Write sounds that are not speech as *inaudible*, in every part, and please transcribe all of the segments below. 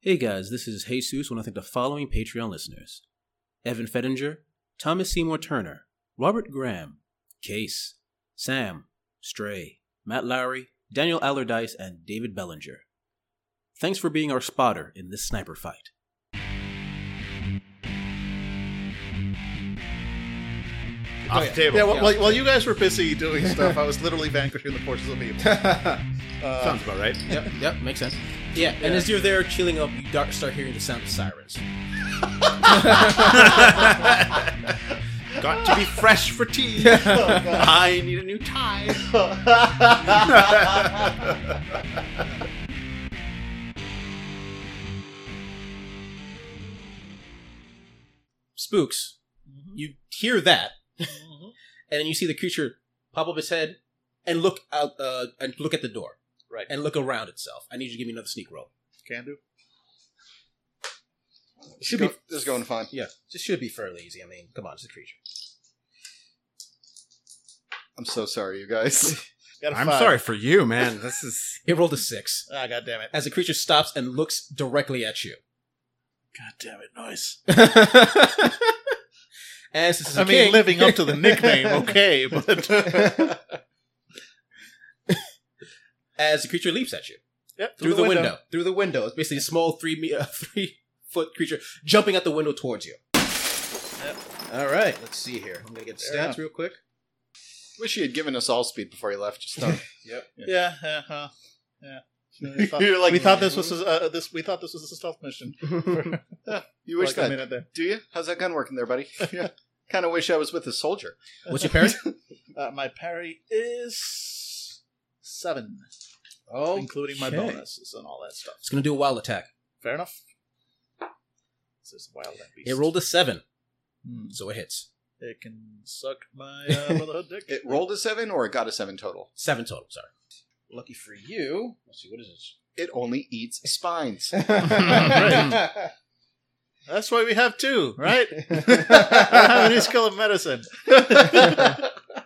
Hey guys, this is Jesus. Want to thank the following Patreon listeners: Evan Fettinger, Thomas Seymour Turner, Robert Graham, Case, Sam, Stray, Matt Lowry, Daniel Allardyce, and David Bellinger. Thanks for being our spotter in this sniper fight. Oh, off Okay. the table. Yeah, well, Yeah. While, while you guys were busy doing stuff, I was literally vanquishing the forces of *laughs* evil. uh, Sounds *laughs* about right. Yep, yep, makes sense. Yeah, and as you're there chilling up, you dar- start hearing the sound of sirens. Got to be fresh *laughs* for tea. Oh, I need a new tie. Spooks, Mm-hmm. you hear that, *laughs* and then you see the creature pop up its head and look out uh, and look at the door. Right. And look around itself. I need you to give me another sneak roll. can do. It should be this is going fine. yeah. This should be fairly easy. I mean, come on, it's a creature. I'm so sorry, you guys. Got a I'm five. sorry for *laughs* you, man. This is It rolled a six. Ah, God damn it. As the creature stops and looks directly at you. God damn it, *laughs* noise. And since it's a I mean, king- living up to *laughs* the nickname, okay, but *laughs* as the creature leaps at you Yep, through, the, window. Through the window. It's basically a small three me- *laughs* uh, three foot creature jumping out the window towards you. All right, let's see here. I'm gonna get the Fair stats enough. real quick. Wish he had given us all speed before he left. Just uh, thought, Yep. Yeah, yeah, huh. yeah. We *laughs* thought- You're like- we thought this was a, uh, this. We thought this was a stealth mission. you wish like a that. minute there. Do you? How's that gun working there, buddy? *laughs* yeah. Kind of wish I was with a soldier. What's your parry? Uh, my parry is seven, oh, including *laughs* my Okay. bonuses and all that stuff. it's gonna do a wild attack. Fair enough. This is wild at least. It rolled a seven, Hmm. so it hits. It can suck my *laughs* uh, motherhood dick. It rolled a seven or it got a seven total? Seven total. Sorry. Lucky for you. Let's see what *laughs* is this. It only eats spines. That's why we have two, *laughs* right? I have a new skill in medicine. *laughs*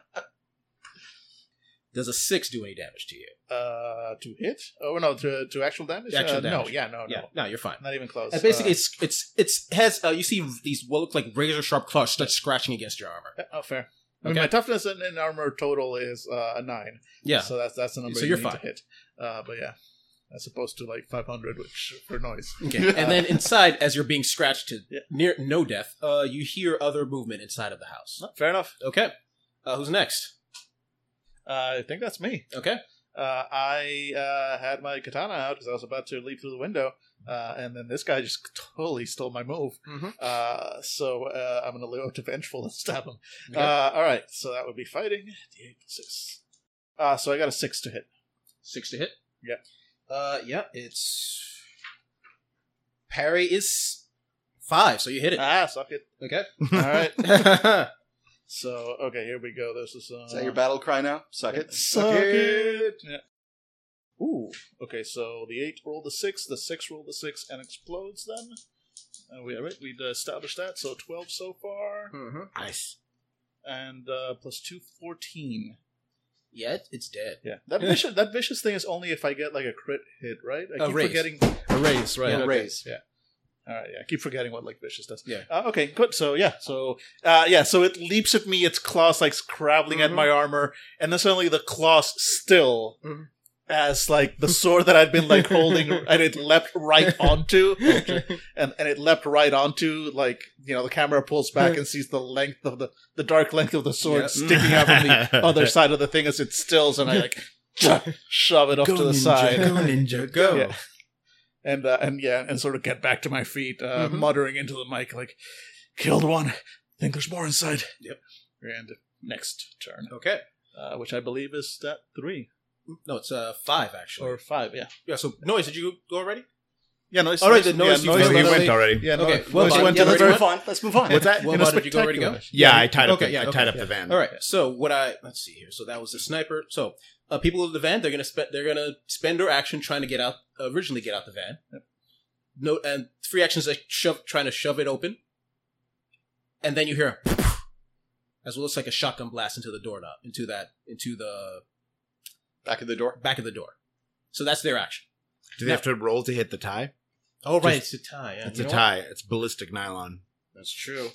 Does a six do any damage to you? Uh, to hit? Oh no, to to actual damage. Actual uh, damage. No, yeah, no, no, Yeah. Oh, No, you're fine. not even close. And basically, Uh, it's it's it's has uh, you see these what look like razor sharp claws start scratching against your armor. Yeah, Oh, fair. I mean, Okay. my toughness and, and armor total is uh, a nine. Yeah, So that's that's the number So you you're need fine. to hit. Uh, but yeah, as opposed to like 500, which for noise. Okay. And then inside, as you're being scratched to Yeah. near no death, uh, you hear other movement inside of the house. Fair enough. Okay. Uh, who's next? Uh, I think that's me. Okay. Uh, I uh, had my katana out because I was about to leap through the window, uh, and then this guy just *laughs* totally stole my move. Mhm. Uh, so uh, I'm going to live up to vengeful and stab him. Okay. Uh, all right, so that would be fighting. D8 six. Uh, so I got a six to hit. Six to hit. Yeah. Uh, yeah. It's parry is five, so you hit it. Ah, suck it. okay. All right. okay. So okay, here we go. This is uh, Is that your battle cry now? Suck it. Suck it. Yeah. *laughs* Ooh. Okay, so the eight rolled the six, the six rolled the six, and explodes them. Uh, we all right, we'd established that. So twelve so far, nice. and uh, plus two, 14. Yeah, it- it's dead. Yeah, *laughs* that vicious that vicious thing is only if I get like a crit hit, right? I A keep raise. forgetting a raise, right? Yeah, okay. raise. Yeah. All right, yeah, I keep forgetting what like vicious does. Yeah. Uh, okay, good. So yeah, so uh, yeah, so it leaps at me, its claws like scrabbling at Mhm. my armor, and then suddenly the claws still Mhm. as like the sword that I'd been like *laughs* holding, and it leapt right onto, *laughs* and and it leapt right onto like you know the camera pulls back and sees the length of the the dark length of the sword Yep. sticking out *laughs* from the other side of the thing as it stills, and I like shove it off to the side, ninja, go. Yeah. and uh, and yeah, and sort of get back to my feet, uh, Mhm. muttering into the mic like, "Killed one. Think there's more inside." Yep. And next turn, Okay. uh, which I believe is that three No, it's uh five actually. or five. Yeah. yeah. So noise. Did you go already? Yeah. Noise. All right, the noise you Yeah, Oh, He's you felt- noise went already. yeah, no, Okay, noise well, went Bond, to yeah, the let's third move one. Let's move on. What's that? Well, In a Bond, did you go already go? spectacular- Yeah, I tied up. Okay, the, yeah, I okay, tied up the van. All right. So what I let's see here. So that was the sniper. So uh, people in the van, they're gonna spend they're gonna spend their action trying to get out. originally, get out the van. No, and three actions like shove trying to shove it open, and then you hear a as well as like a shotgun blast into the doorknob into that into the Back of the door. back of the door. So that's their action. Do they have to roll to hit the tie? Oh right, Just- it's a tie. Yeah. It's You a know tie. It's ballistic nylon. what? That's true.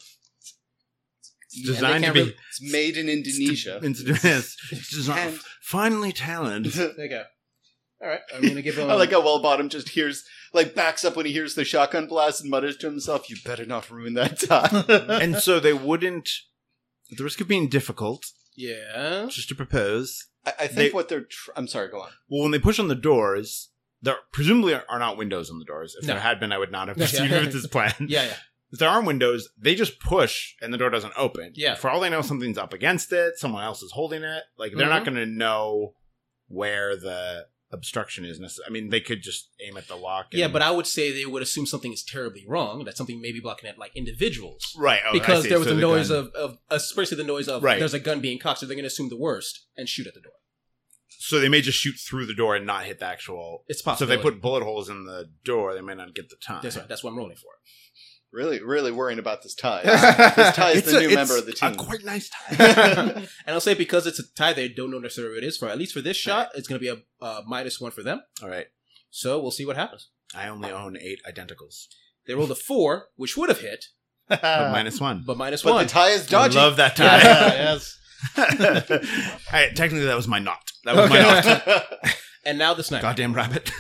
It's designed to be. It's made in Indonesia. *laughs* *laughs* It's, it's, it's designed, And- finely taloned. There you go. All right, I'm gonna give him. I like how Well Bottom just hears, like, backs up when he hears the shotgun blast and mutters to himself, "You better not ruin that *laughs* time." and so they wouldn't. At the risk of being difficult, yeah. just to propose. I, I think They- what they're. Tr- I'm sorry. Go on. Well, when they push on the doors, there presumably are not windows on the doors. If No. there had been, I would not have *laughs* Yeah. *laughs* proceeded with this plan. Yeah, yeah. If there are windows, they just push and the door doesn't open. Yeah. For all they know, something's up against it. Someone else is holding it. Like they're not Mm-hmm. going to know where the obstruction is necessary. I mean, they could just aim at the lock. And- Yeah, but I would say they would assume something is terribly wrong. That something may be blocking at like individuals right oh, I because see. there was So a the noise gun- of, of especially the noise of Right. there's a gun being cocked, so they're going to assume the worst and shoot at the door. So they may just shoot through the door and not hit the actual. It's So if possible. they put bullet holes in the door, they may not get the time. that's right. That's what I'm *laughs* rolling for. Really, really worrying about this tie. *laughs* this tie is It's the a- new it's member of the team. A quite *laughs* nice time. and I'll say because it's a tie, they don't know necessarily what it is for. At least for this shot, it's going to be a uh, minus one for them. all right. So we'll see what happens. I only own eight identicals. They rolled a four, which would have hit, But minus one. but minus but one. *laughs* the tie is Uh, dodgy. *laughs* I love that time. *laughs* yes. Hey, technically, that was my knot. That was my knot. and now the sniper. Goddamn rabbit.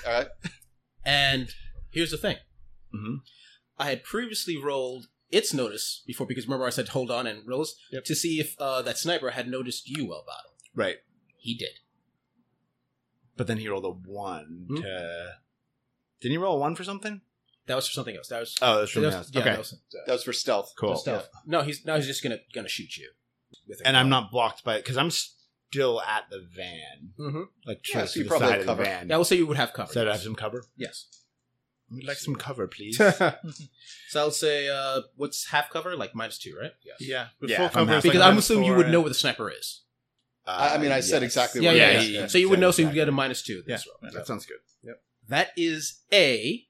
And here's the thing. Mm-hmm. Mhm. I had previously rolled its notice before because remember I said hold on and rolls to see if uh, that sniper had noticed you well bottom. Right. He did. But then he rolled a one Hmm? to. Didn't he roll a one for something? That was for something else. That was Oh, that's from that the was- house. yeah, okay, that was, *laughs* that was for stealth. cool. stuff. No, he's now he's just gonna gonna shoot you. With a And gun. I'm not blocked by it because I'm still at the van, Mhm. like Yeah, yeah, so to you the probably side have of the cover. van. Yeah, I will say you would have cover. so I'd have some cover. yes. I'd like some *laughs* cover, please. So I'll say uh, what's half cover? Like minus two, right? Yes. yeah. With Yeah, full if I'm cover, half- it's Because like I'm minus assuming you four would and- know what the sniper is. I- I mean, I said Uh, yes. exactly Yeah, what yeah, it yeah, is. yeah. So you would Yeah, know, so you would exactly. get a minus two. to This roll. That sounds good. That is a.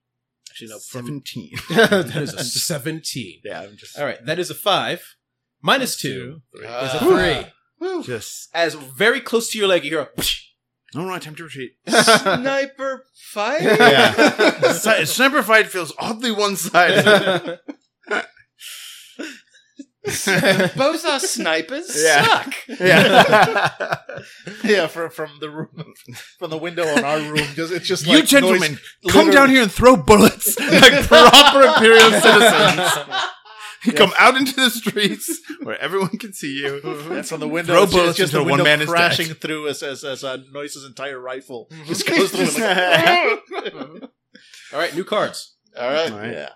Actually, no, from *laughs* Seventeen. that is a 17. yeah, I'm just All right, that is a 5. Minus 2 is a Ah. 3. *laughs* just. As very close to your leg, you hear a All right, time to retreat. Sniper fight. Yeah. *laughs* Si- Sniper fight feels *laughs* oddly one-sided. *laughs* Both our snipers Yeah. suck. yeah. *laughs* yeah, from from the room, from the window on our room. Just it's just *laughs* you like gentlemen, noise- come literally- down here and throw *laughs* bullets like proper imperial citizens. You come out into the streets where everyone can see you. And from the window, Throw it's just, bullets just the until window one man is crashing through as as as uh, Noise's entire rifle Mm-hmm. just goes *laughs* through. Just- Like, All right, new cards. All right. All right. Yeah,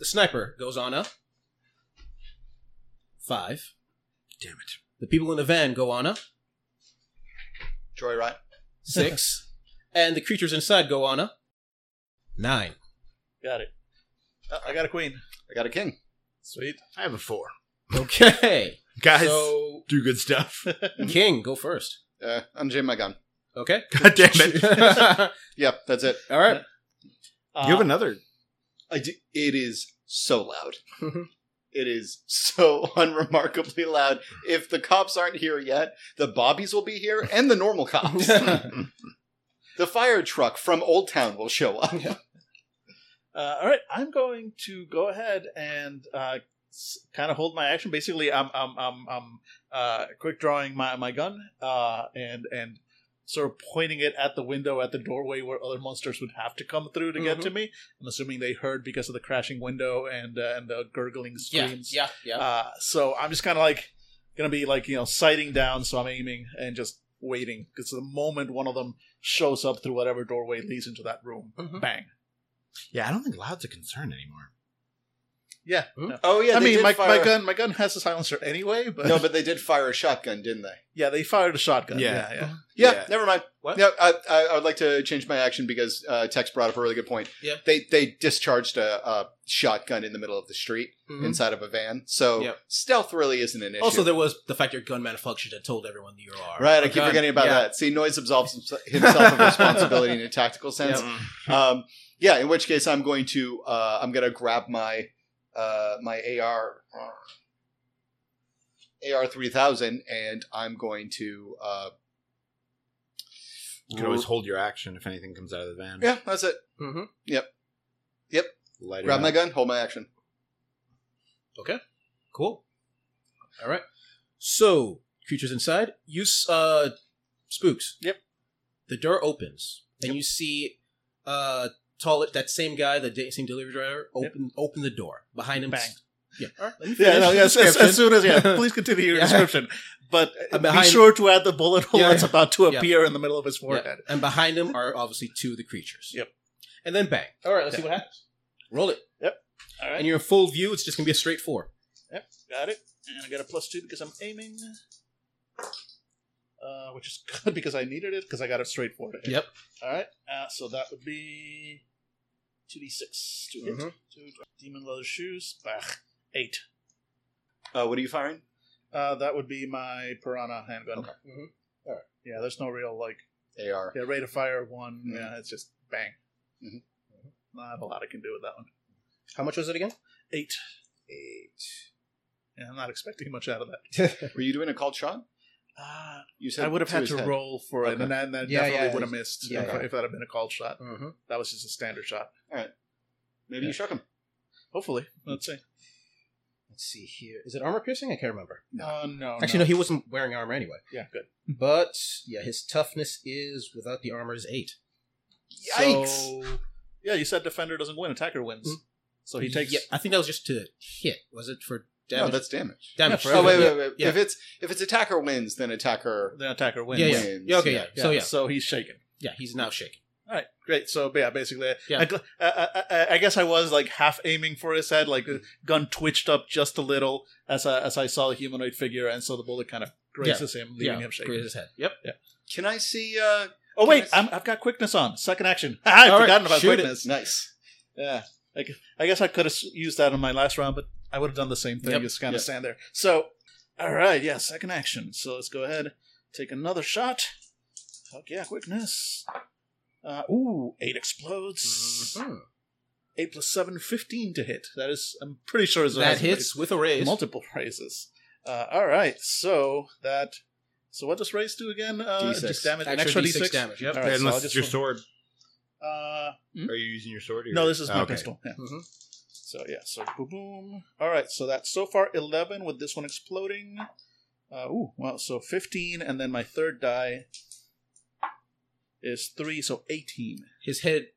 The sniper goes on a 5. Damn it. The people in the van go on a Joy Ryan. 6. and the creatures inside go on a 9. got it. Uh, I got a queen. I got a king. Sweet. I have a four. Okay. Guys, so, do good stuff. *laughs* King, go first. Uh, unjam my gun. Okay. *laughs* God damn it. Yep, that's it. All right. Uh, You have another. I do, it is so *laughs* loud. Mhm. it is so *laughs* unremarkably loud. If the cops aren't here yet, the bobbies will be here and the *laughs* *laughs* normal cops. the fire truck from Old Town will show up. Uh, all right, I'm going to go ahead and uh, kind of hold my action. Basically, I'm I'm I'm, I'm uh, quick drawing my my gun uh, and and sort of pointing it at the window at the doorway where other monsters would have to come through to get to Mm-hmm. me. I'm assuming they heard because of the crashing window and uh, and the gurgling Yeah, screams. yeah, yeah. Uh, so I'm just kind of like gonna be like you know sighting down, so I'm aiming and just waiting because the moment one of them shows up through whatever doorway leads into that room, Mhm. bang. Yeah, I don't think loud's a concern anymore. Yeah. Hmm? no. Oh yeah, I they mean, did my, fire- my gun my gun has a silencer anyway, but, *laughs* No, but they did fire a shotgun, didn't they? *laughs* yeah, they fired a shotgun. Yeah. Yeah, yeah. Yeah, Yeah. never mind. What? No, I, I, I would like to change my action because uh, Tex brought up a really good point. Yeah. They they discharged a, a shotgun in the middle of the street inside of a van, so Mm-hmm. Yeah. stealth really isn't an issue. Also, there was the fact your gun malfunctioned and told everyone that you are right, I a keep gun. forgetting about Yeah. that. See, Noise absolves himse- himself of responsibility in *laughs* a tactical sense. Mm-hmm. Yeah. Um, yeah, in which case I'm going to uh, I'm going to grab my uh, my AR AR three thousand and I'm going to uh, You can always hold your action if anything comes out of the van. Yeah, that's it. Mm-hmm. Light it Grab up. my gun, hold my action. Cool. All right. So, creatures inside, you s- uh spooks. Yep. The door opens and you see uh tall that same guy, the da- same delivery driver, open open the door. Behind him Bang. s- Yeah. All right. let me Yeah, finish no, the yes, as, description. as soon as yeah, *laughs* please continue your Yeah. description. But Uh, be behind- sure to add the bullet hole Yeah. that's about to Yeah. appear in the middle of his Yeah, forehead. And behind him are obviously two of the creatures. Yep. And then bang. All right, let's see what happens. Roll it. Yep. All right. And you're in full view, it's just going to be a straight four. Got it. And I got a plus two because I'm aiming. Uh, which is *laughs* good because I needed it because I got it straight for it. Yep. All right. Uh, so that would be two d six to hit. Mhm. Two demon leather shoes. Bah, eight. Uh, what are you firing? Uh, that would be my piranha handgun. Okay. Mhm. All right. Yeah. There's no real like AR. yeah rate of fire one. Mm-hmm. Mhm. Yeah. It's just bang. Mhm. Not a lot I can do with that one. How much was it again? Eight. Eight. Yeah, I'm not expecting much out of that. *laughs* Were you doing a called shot? Uh, You said I would have had his to head. roll for it, Okay. and that, that Yeah, definitely yeah, would have missed yeah, if, yeah. if that had been a called shot. Mm-hmm. That was just a standard shot. Maybe you shook him. Hopefully, let's see. Let's see here. Is it armor piercing? I can't remember. Mm-hmm. Uh, no, Actually, no. he wasn't wearing armor anyway. Yeah, good. But yeah, his toughness is without the armor is eight. So, yeah, you said defender doesn't win, attacker wins. Mm. So he takes. Yeah, I think that was just to hit. Was it for No, damage? that's damage. damage. yeah, for Oh wait, yeah. wait, wait. yeah. If it's if it's attacker wins, then attacker. The attacker wins. Yeah, yeah. wins, Yeah, okay, yeah. yeah. So yeah, So he's shaken. yeah, he's now shaking. All right, great. So yeah, basically, Yeah. I, gl- I, I- I, I guess I was like half aiming for his head, like the gun twitched up just a little as I, as I saw the humanoid figure, and so the bullet kind of grazes him, leaving yeah, him shaken. grazed his head. Yep. Can I see? uh Oh wait, Nice. I'm, I've got quickness on. Second action. *laughs* I've All right, forgotten about shoot it. quickness. Nice. Yeah, I, gu- I guess I could have s- used that in my last round, but I would have done the same thing. Yep. Just kind of Yep. stand there. So, all right, yeah, second action. So let's go ahead, take another shot. Fuck yeah, quickness. Uh, ooh, eight explodes. Mhm. Eight plus seven, 15 to hit. That is, I'm pretty sure is that hits with a raise. multiple raises. Uh, all right, so that. So what does raise do again? Uh, D6. Just damage, an Extra extra D6 d6 damage, yep. All right, Yeah, so unless I'll it's just your roll- sword. Uh, Are you using your sword? Or no, this is my Ah, okay. pistol. Yeah. Mhm. So yeah, so boom, boom. All right, so that's so far eleven with this one exploding. Uh, ooh, well, so fifteen, and then my third die is three, so eighteen. His head,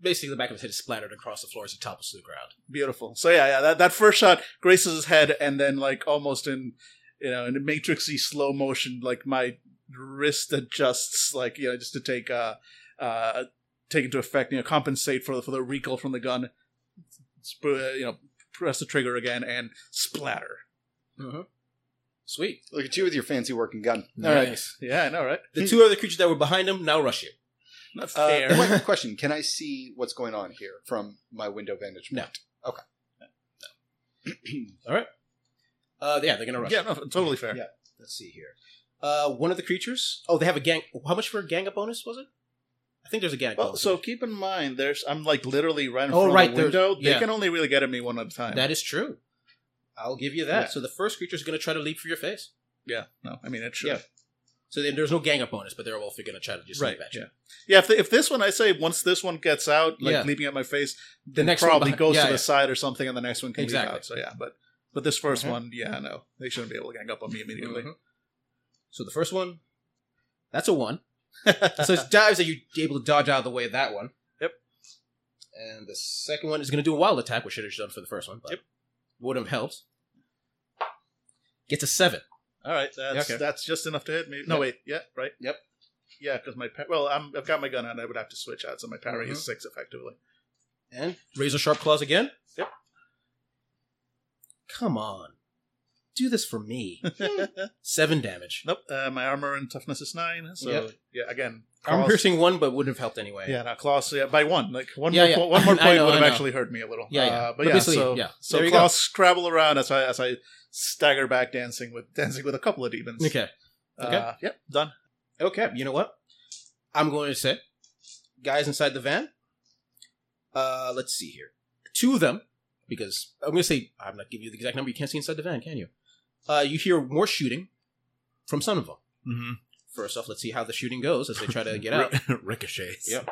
basically the back of his head, is splattered across the floor as he topples to the ground. Beautiful. So yeah, yeah, that, that first shot graces his head, and then like almost in you know in a matrixy slow motion, like my wrist adjusts, like you know, just to take uh uh take into effect, you know, compensate for the for the recoil from the gun. Sp- uh, you know, press the trigger again and splatter. Sweet. Look at you with your fancy working gun. All right. Nice. Yeah, I know, right? The two other creatures that were behind him now rush you. Not Uh, fair. wait, question: Can I see what's going on here from my window vantage No. point? Okay. *laughs* Uh, yeah, they're gonna rush. yeah, you. no, totally fair. Yeah. Let's see here. Uh, one of the creatures. Oh, they have a gang. How much for a gang up bonus was it? I think there's a gang up Well, bonus. so keep in mind, there's I'm like literally right in Oh, front right, of the there's- window. They yeah. can only really get at me one at a time. That is true. I'll give you that. Yeah. So the first creature is going to try to leap for your face. yeah, no, I mean it should. Yeah. So then there's no gang up bonus, but they're both going to try to just Right. leap at you. Yeah. Yeah. If, the, if this one, I say once this one gets out, like Yeah. leaping at my face, The next one probably behind- goes yeah, to yeah. the side or something, and the next one can Exactly. leap out. So yeah, but but this 1st Mhm. one, yeah, no, they shouldn't be able to gang up on me immediately. Mhm. So the first one, that's a *laughs* one. so it dives that you're able to dodge out of the way of that one. Yep. And the second one is going to do a wild attack, which should have done for the first one. But Yep. Wouldn't have helped. Gets a seven. All right, that's Okay. that's just enough to hit me. No, Yep. wait, yeah, right, Yep. yeah, because my pa- well, I'm, I've got my gun out. I would have to switch out, so my parry Mhm. is six effectively. And razor sharp claws again. Yep. Come on. Do this for *laughs* me. Seven damage. Nope. Uh, my armor and toughness is nine. So Yep. yeah, again, Armor claws- piercing one, but wouldn't have helped anyway. Yeah, no, claws yeah, by one. Like one Yeah, more, yeah. *laughs* po- one more I point know, would have I know. actually hurt me a little. Yeah, yeah. Uh, but But yeah, basically, so, yeah. So There you claws scrabble around as I as I stagger back, dancing with dancing with a couple of demons. Okay. Uh, okay. Yep. Done. Okay, you know what? I'm going to say, guys inside the van. Uh, let's see here. Two of them, because I'm going to say I'm not giving you the exact number. You can't see inside the van, can you? Uh, you hear more shooting from some of them. Mm-hmm. First off, let's see how the shooting goes as they try to get *laughs* out. *laughs* ricochets. Yep.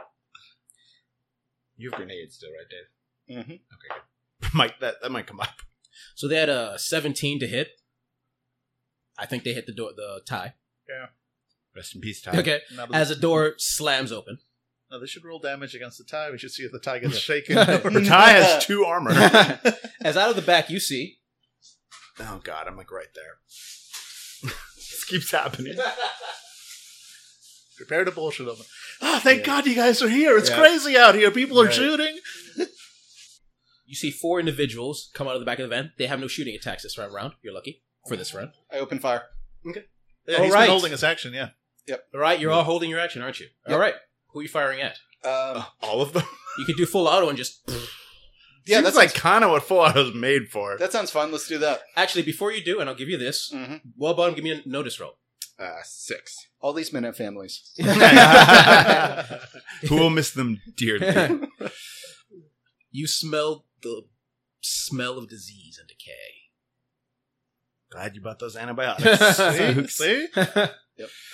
You have grenades still, right, Dave? Mm-hmm. Okay, good. *laughs* Might that that might come up. So they had a 17 to hit. I think they hit the door, the tie. Rest in peace, Ty. Okay. Now, but- As a door slams *laughs* open. now they should roll damage against the tie. We should see if the tie gets shaken. Or Ty has two armor. *laughs* As out of the back, you see oh god, I'm like right there. *laughs* this keeps happening. Prepare to bullshit them. Ah, thank Yeah. God you guys are here. It's Yeah. crazy out here. People are Right. shooting. you see four individuals come out of the back of the van. They have no shooting attacks this round. round. You're lucky for this round. I open fire. Yeah, All he's right. been holding his action. Yeah. All right, you're all holding your action, aren't you? All right. Who are you firing at? Um, All of them. You could do full auto and just *laughs* yeah, Seems that's like kind of what Full Out was made for. *laughs* that sounds fun. Let's do that. actually before you do, and I'll give you this. Mm-hmm. Well, bottom, give me a notice roll. *laughs* uh, six. All these men *laughs* have families. Who will miss them *laughs* dearly? you smell the smell of disease and decay. Glad you bought those antibiotics. See, see,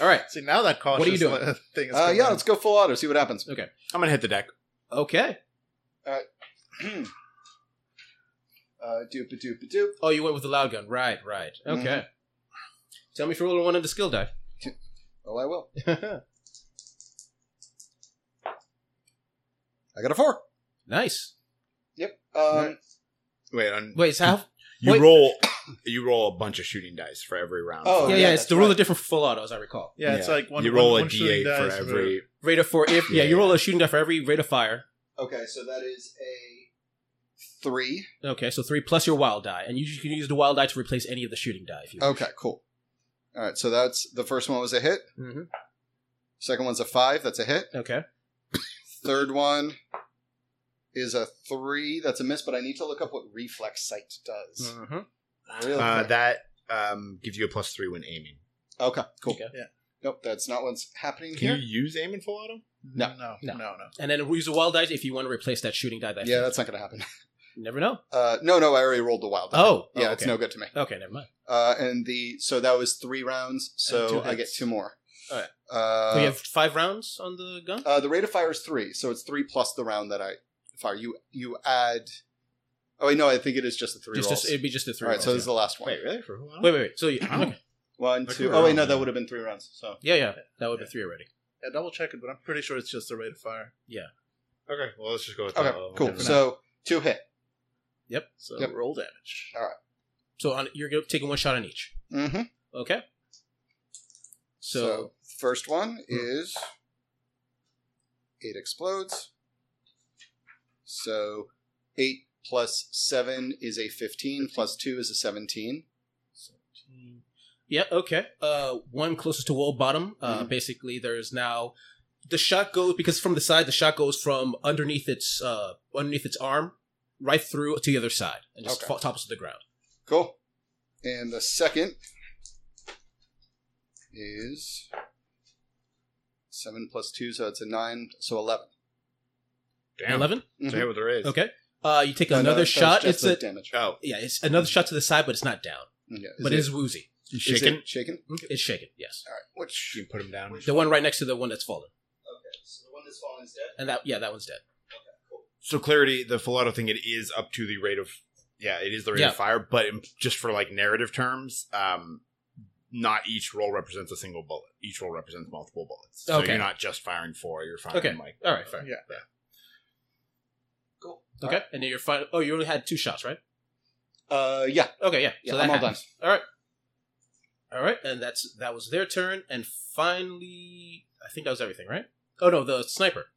All right. see. Now that cautious What are you doing? li- thing is Uh, coming yeah, in. let's go full auto. See what happens. *clears throat* I'm gonna hit the deck. Okay. Uh, doop a doop a doop. Oh, you went with the loud gun. Right, right. Okay. Tell me if you're rolling one of the skill die. Oh, I *laughs* will. I got a four. Nice. Yep. Um, Wait, on Wait, it's half. you wait. roll. You roll a bunch of shooting dice for every round. Oh, yeah, yeah, yeah. It's that's the rule right. of different for full auto, as I recall. Yeah, it's like one. you roll one- a one shooting d8 for dice every. Rate of four. If yeah, Yeah, you roll a shooting die for every rate of fire. Okay, so that is a three. Okay, so three plus your wild die, and you you can use the wild die to replace any of the shooting die if you. Okay, cool. All right, so that's the first one was a hit. hmm Second one's a five. That's a hit. Okay. Third one is a three. That's a miss. But I need to look up what reflex sight does. Mm-hmm. Really Uh, quick. that um, gives you a plus three when aiming. okay, cool. Okay. Yeah. Nope, that's not what's happening Can here. you use aim in full auto? No, No. no, No. no, no. And then use the wild die if you want to replace that shooting die. That yeah, that's not going to happen. you never know. Uh, no, no, I already rolled the wild. die. Oh, yeah, oh, it's okay. no good to me. Okay, never mind. Uh, and the so that was three rounds. So two I get hits. two more. Alright. Uh, so you have five rounds on the gun. uh, the rate of fire is three, so it's three plus the round that I fire. You you add. Oh wait, no, I think it is just the three Just rolls. a, it'd be just the three. All right, rolls, so yeah. this is the last one. really? For full auto? Wait, wait, wait. *coughs* So you, okay. One, Like two. a Oh wait, no, round, that yeah. would have been three rounds. So yeah, yeah, that would be three already. Yeah, double check it, but I'm pretty sure it's just the rate of fire. Okay. Well, let's just go Oh, with okay, that. cool. Okay. So two hit. Yep. So Yep. Um, roll damage. So on, you're go- taking one shot on each. Mm-hmm. Okay. So, So, Hmm. first one is eight explodes. So eight plus seven is a fifteen. Plus two is a seventeen. yeah, okay. Uh, one closest to wall bottom. Uh, Mhm. basically, there's now the shot goes because from the side the shot goes from underneath its uh underneath its arm right through to the other side and just Okay. fa- topples to the ground. Cool. And the second is seven plus two, so it's a nine, so eleven. Damn. Eleven. So hit with the raise. Okay. Uh, you take No, no, another that's shot. It's just the a damage. Oh, yeah. It's another shot to the side, but it's not down. Yeah. but it- it is woozy. you Is shaking. it shaken. Mm, It's shaken. Yes. All right. Which You put him down. The one right next to the one that's fallen, so the one that's fallen is dead. and that yeah, that one's dead. So clarity, the full auto thing, it is up to the rate of. Yeah, it is the rate Yeah. of fire, but in, just for like narrative terms, um, not each roll represents a single bullet. Each roll represents multiple bullets. So Okay. you're not just firing four. You're firing Okay. like All right, fair. Yeah. Cool. Okay, and then you're fine. Oh, you only had two shots, right? Uh, yeah. Okay, yeah. Yeah, so that I'm all happens. All right, all right, and that's that was their turn, and finally, I think that was everything, right? Oh no, the sniper.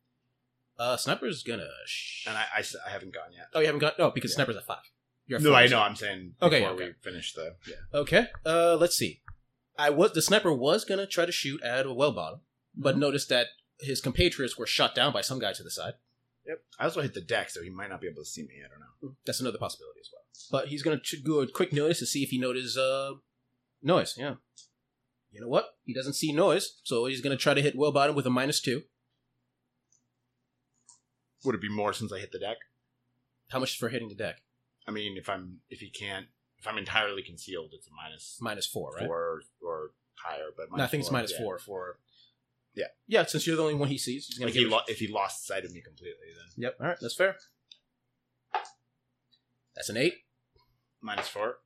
Uh, sniper's gonna. Sh- And I, I s- I haven't gone yet. oh, you haven't got. No, because sniper's at five. You're at No, five, I so- know. I'm saying before Okay, we finish the. Yeah. Okay. Uh, let's see. I was the sniper was gonna try to shoot at a well bottom, but noticed that his compatriots were shot down by some guy to the side. I also hit the deck, so he might not be able to see me. I don't know. That's another possibility as well. But he's gonna ch- do a quick notice to see if he notices uh noise. Yeah. You know what? He doesn't see noise, so he's gonna try to hit well bottom with a minus two. Would it be more since I hit the deck? How much for hitting the deck? I mean, if I'm if he can't if I'm entirely concealed, it's a minus Minus four, right? four or higher, but No, I think it's minus yeah. four for. Yeah. Yeah, since you're the only one he sees, he's gonna Like he give- lo- if he lost sight of me completely, then Yep. All right, that's fair. That's an eight. minus four.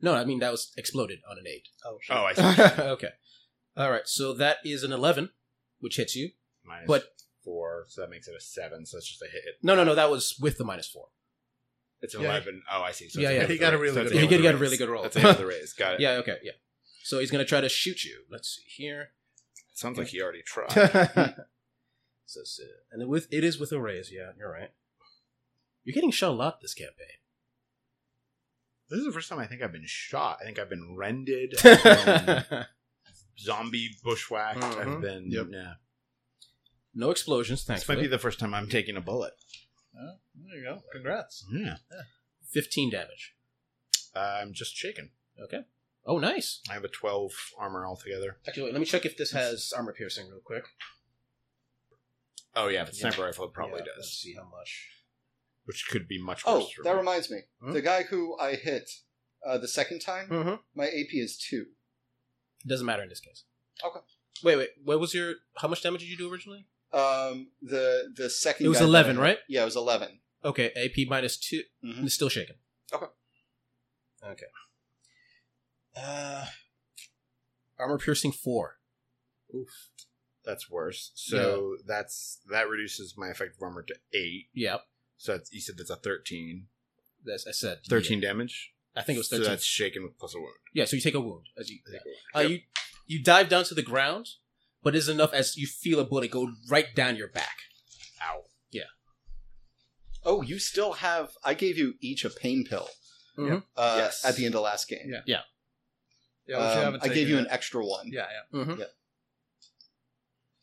No, I mean that was exploded on an *laughs* eight. *laughs* Oh, shit. *coughs* Oh, I see. okay. All right, so that is an eleven, which hits you. minus But- four, so that makes it a seven. So it's just a hit. No, no, no, that was with the minus four. It's an Yeah, he- eleven. Oh, I see. So Yeah, it's yeah. hit He with got the a raise. really So good it's roll. a hit He did with get a really raise. good roll. That's a hit with *laughs* the raise. Got it. Yeah. Okay. Yeah. So he's gonna try to shoot you. Let's see here. Sounds like he already tried. *laughs* So it's, uh, and it with it is with a raise. Yeah, you're right. You're getting shot a lot this *laughs* campaign. this is the first time I think I've been shot. I think I've *laughs* been rended. I've been Um, zombie bushwhacked. Mhm. I've been. Yep. Yeah. no explosions, This might thankfully. be the first time I'm taking a bullet. there you go. Congrats. Yeah. Fifteen damage. I'm just shaken. Oh, nice. I have a 12 armor altogether. Actually, wait, let me check if this has armor piercing real quick. Oh, yeah. If it's Yeah. sniper rifle, it probably Yeah, Let's does. see how much. Which could be much worse. Oh, that me. reminds me. Hmm? The guy who I hit uh, the second time, Mm-hmm. my AP is two. It doesn't matter in this case. Okay. Wait, wait. What was your? How much damage did you do originally? Um, the the second It was guy that I 11, hit- right? Yeah, it was eleven. Okay, AP minus two. Mhm. It's still shaken. Okay. Okay. Uh, armor piercing four. That's worse. So that's that reduces my effective armor to 8. Yeah, So that's, you said that's a 13. that's I said 13 damage? I think it was thirteen. So that's shaken with plus a wound. yeah, so you take a wound as you. I think it Uh, was. You you dive down to the ground, but it's enough as you feel a bullet go right down your back. Ow. Oh, you still have. I gave you each a pain pill. Mhm. Uh, Yes. At the end of last game. Mm-hmm. Yeah. Yeah, which you Um, haven't I gave taken you yet. an extra one. Yeah, Mm-hmm. Yeah.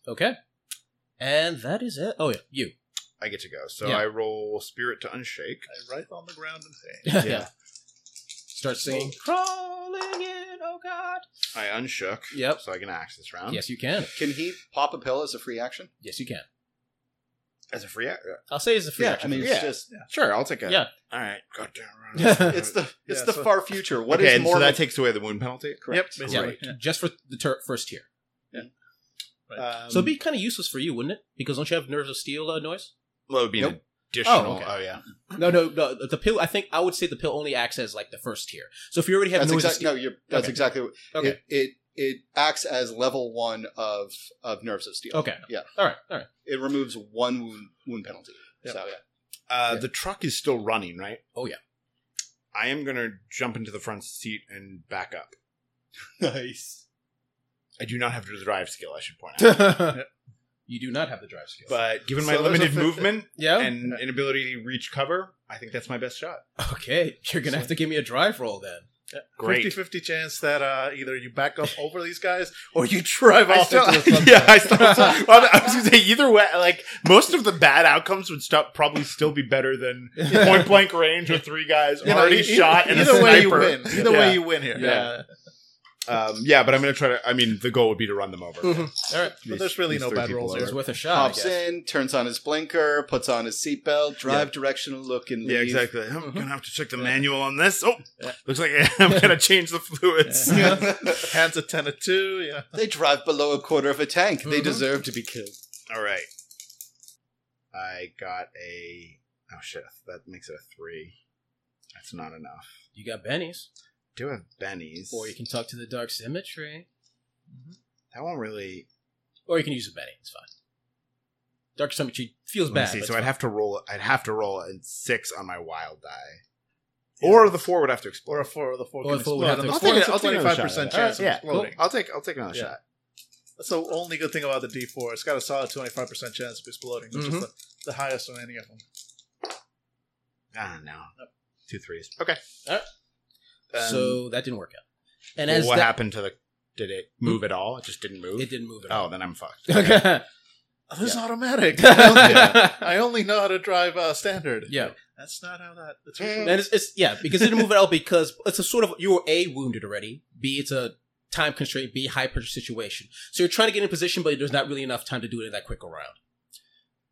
Okay. And that is it. Oh yeah, you. *laughs* I get to go. So Yeah. I roll spirit to unshake. yeah. I write on the ground and say, *laughs* Yeah. Start singing. Crawling in, oh God. I unshook. Yep. So I can axe this round. Yes, you can. Can he pop a pill as a free action? Yes, you can. As a uh, free action. I'll say it's a free yeah, action. I mean, yeah. it's just Sure, I'll take a. Yeah. All right. Goddamn. it's the it's Yeah, the so- far future. What is okay, and more? so that of a- takes away the wound penalty. correct. Yep, yeah, basically. but just for the ter- first tier. Um, so it'd be kind of useless for you, wouldn't it? Because don't you have nerves of steel uh, noise? well, it would be an Nope. additional. Oh, Oh, okay. yeah. No, no, no. The pill. I think I would say the pill only acts as like the first tier. So if you already have That's nerves of exactly steel, no. You're, that's Okay. exactly what Okay. it, it it acts as level one of of nerves of steel. okay, Yeah. all right, all right. It removes one wound wound penalty. Yep. So yeah. Uh, The truck is still running, right? Oh, yeah. I am going to jump into the front seat and back *laughs* up. Nice. I do not have the drive skill, I should *laughs* point out. you do not have the drive skill. but given my So there's a limited fifth- *laughs* movement yeah. and inability to reach cover, I think that's my best shot. okay, you're gonna have to give me a drive roll then. Great. 50-50 chance that uh, either you back up over these guys or you drive I off still, into *laughs* the sunset. yeah, I still. well, I was going to say either way. Like most of the bad outcomes would stop, probably still be better than *laughs* *laughs* point blank range with three guys You know, already e- e- shot and a either way you sniper. win. Either Yeah. way you win here. Yeah. Um, yeah, but I'm going to try to. I mean, the goal would be to run them over. All *laughs* right, Mm-hmm. But there's really These no three bad people rolls are- here. it's worth a shot. I Pops guess. in, turns on his blinker, puts on his seatbelt, drive directional look, and leave. *laughs* Yeah, exactly. I'm Mhm. gonna have to check the Yeah. manual on this. Oh, Yeah. looks like *laughs* I'm gonna change the fluids. Hands a 10 a 2, yeah. *laughs* They drive below a quarter of a tank. They Mhm. deserve to be killed. *laughs* All right. I got a. Oh shit! That makes it a three. That's not enough. You got Benny's, Do have Benny's. or you can talk to the dark symmetry, That won't really. or you can use a Benny. It's fine. Dark symmetry feels Let me bad. see. but So it's I'd fine. have to roll. I'd have to roll a six on my wild die, or the four would have Or to explode. a 4 or the 4 Or a can four explode. would have to The explode. four is a I'll take another 25% chance shot at it. All right, of Uh, yeah, cool. exploding. I'll take. I'll take another Yeah. shot. That's the only good thing about the D4. It's got a solid 25% chance of exploding, which Mm-hmm. Mhm. is the, the highest on any of them. I don't know. Two threes. Okay. Alright. Um, so that didn't work out. And well, as what that, happened to the? Did it move at all? It just didn't move. it didn't move at all. Oh, then I'm *laughs* fucked. Okay. *laughs* Oh, this is *laughs* automatic. I only- yeah. I only know how to drive uh, standard. yeah. That's not how that. That's Mm. And it's, it's yeah, because it didn't move at all because it's a sort of you were A wounded already. B it's a time constraint, B high pressure situation. So you're trying to get in position, but there's not really enough time to do it in that quick a round.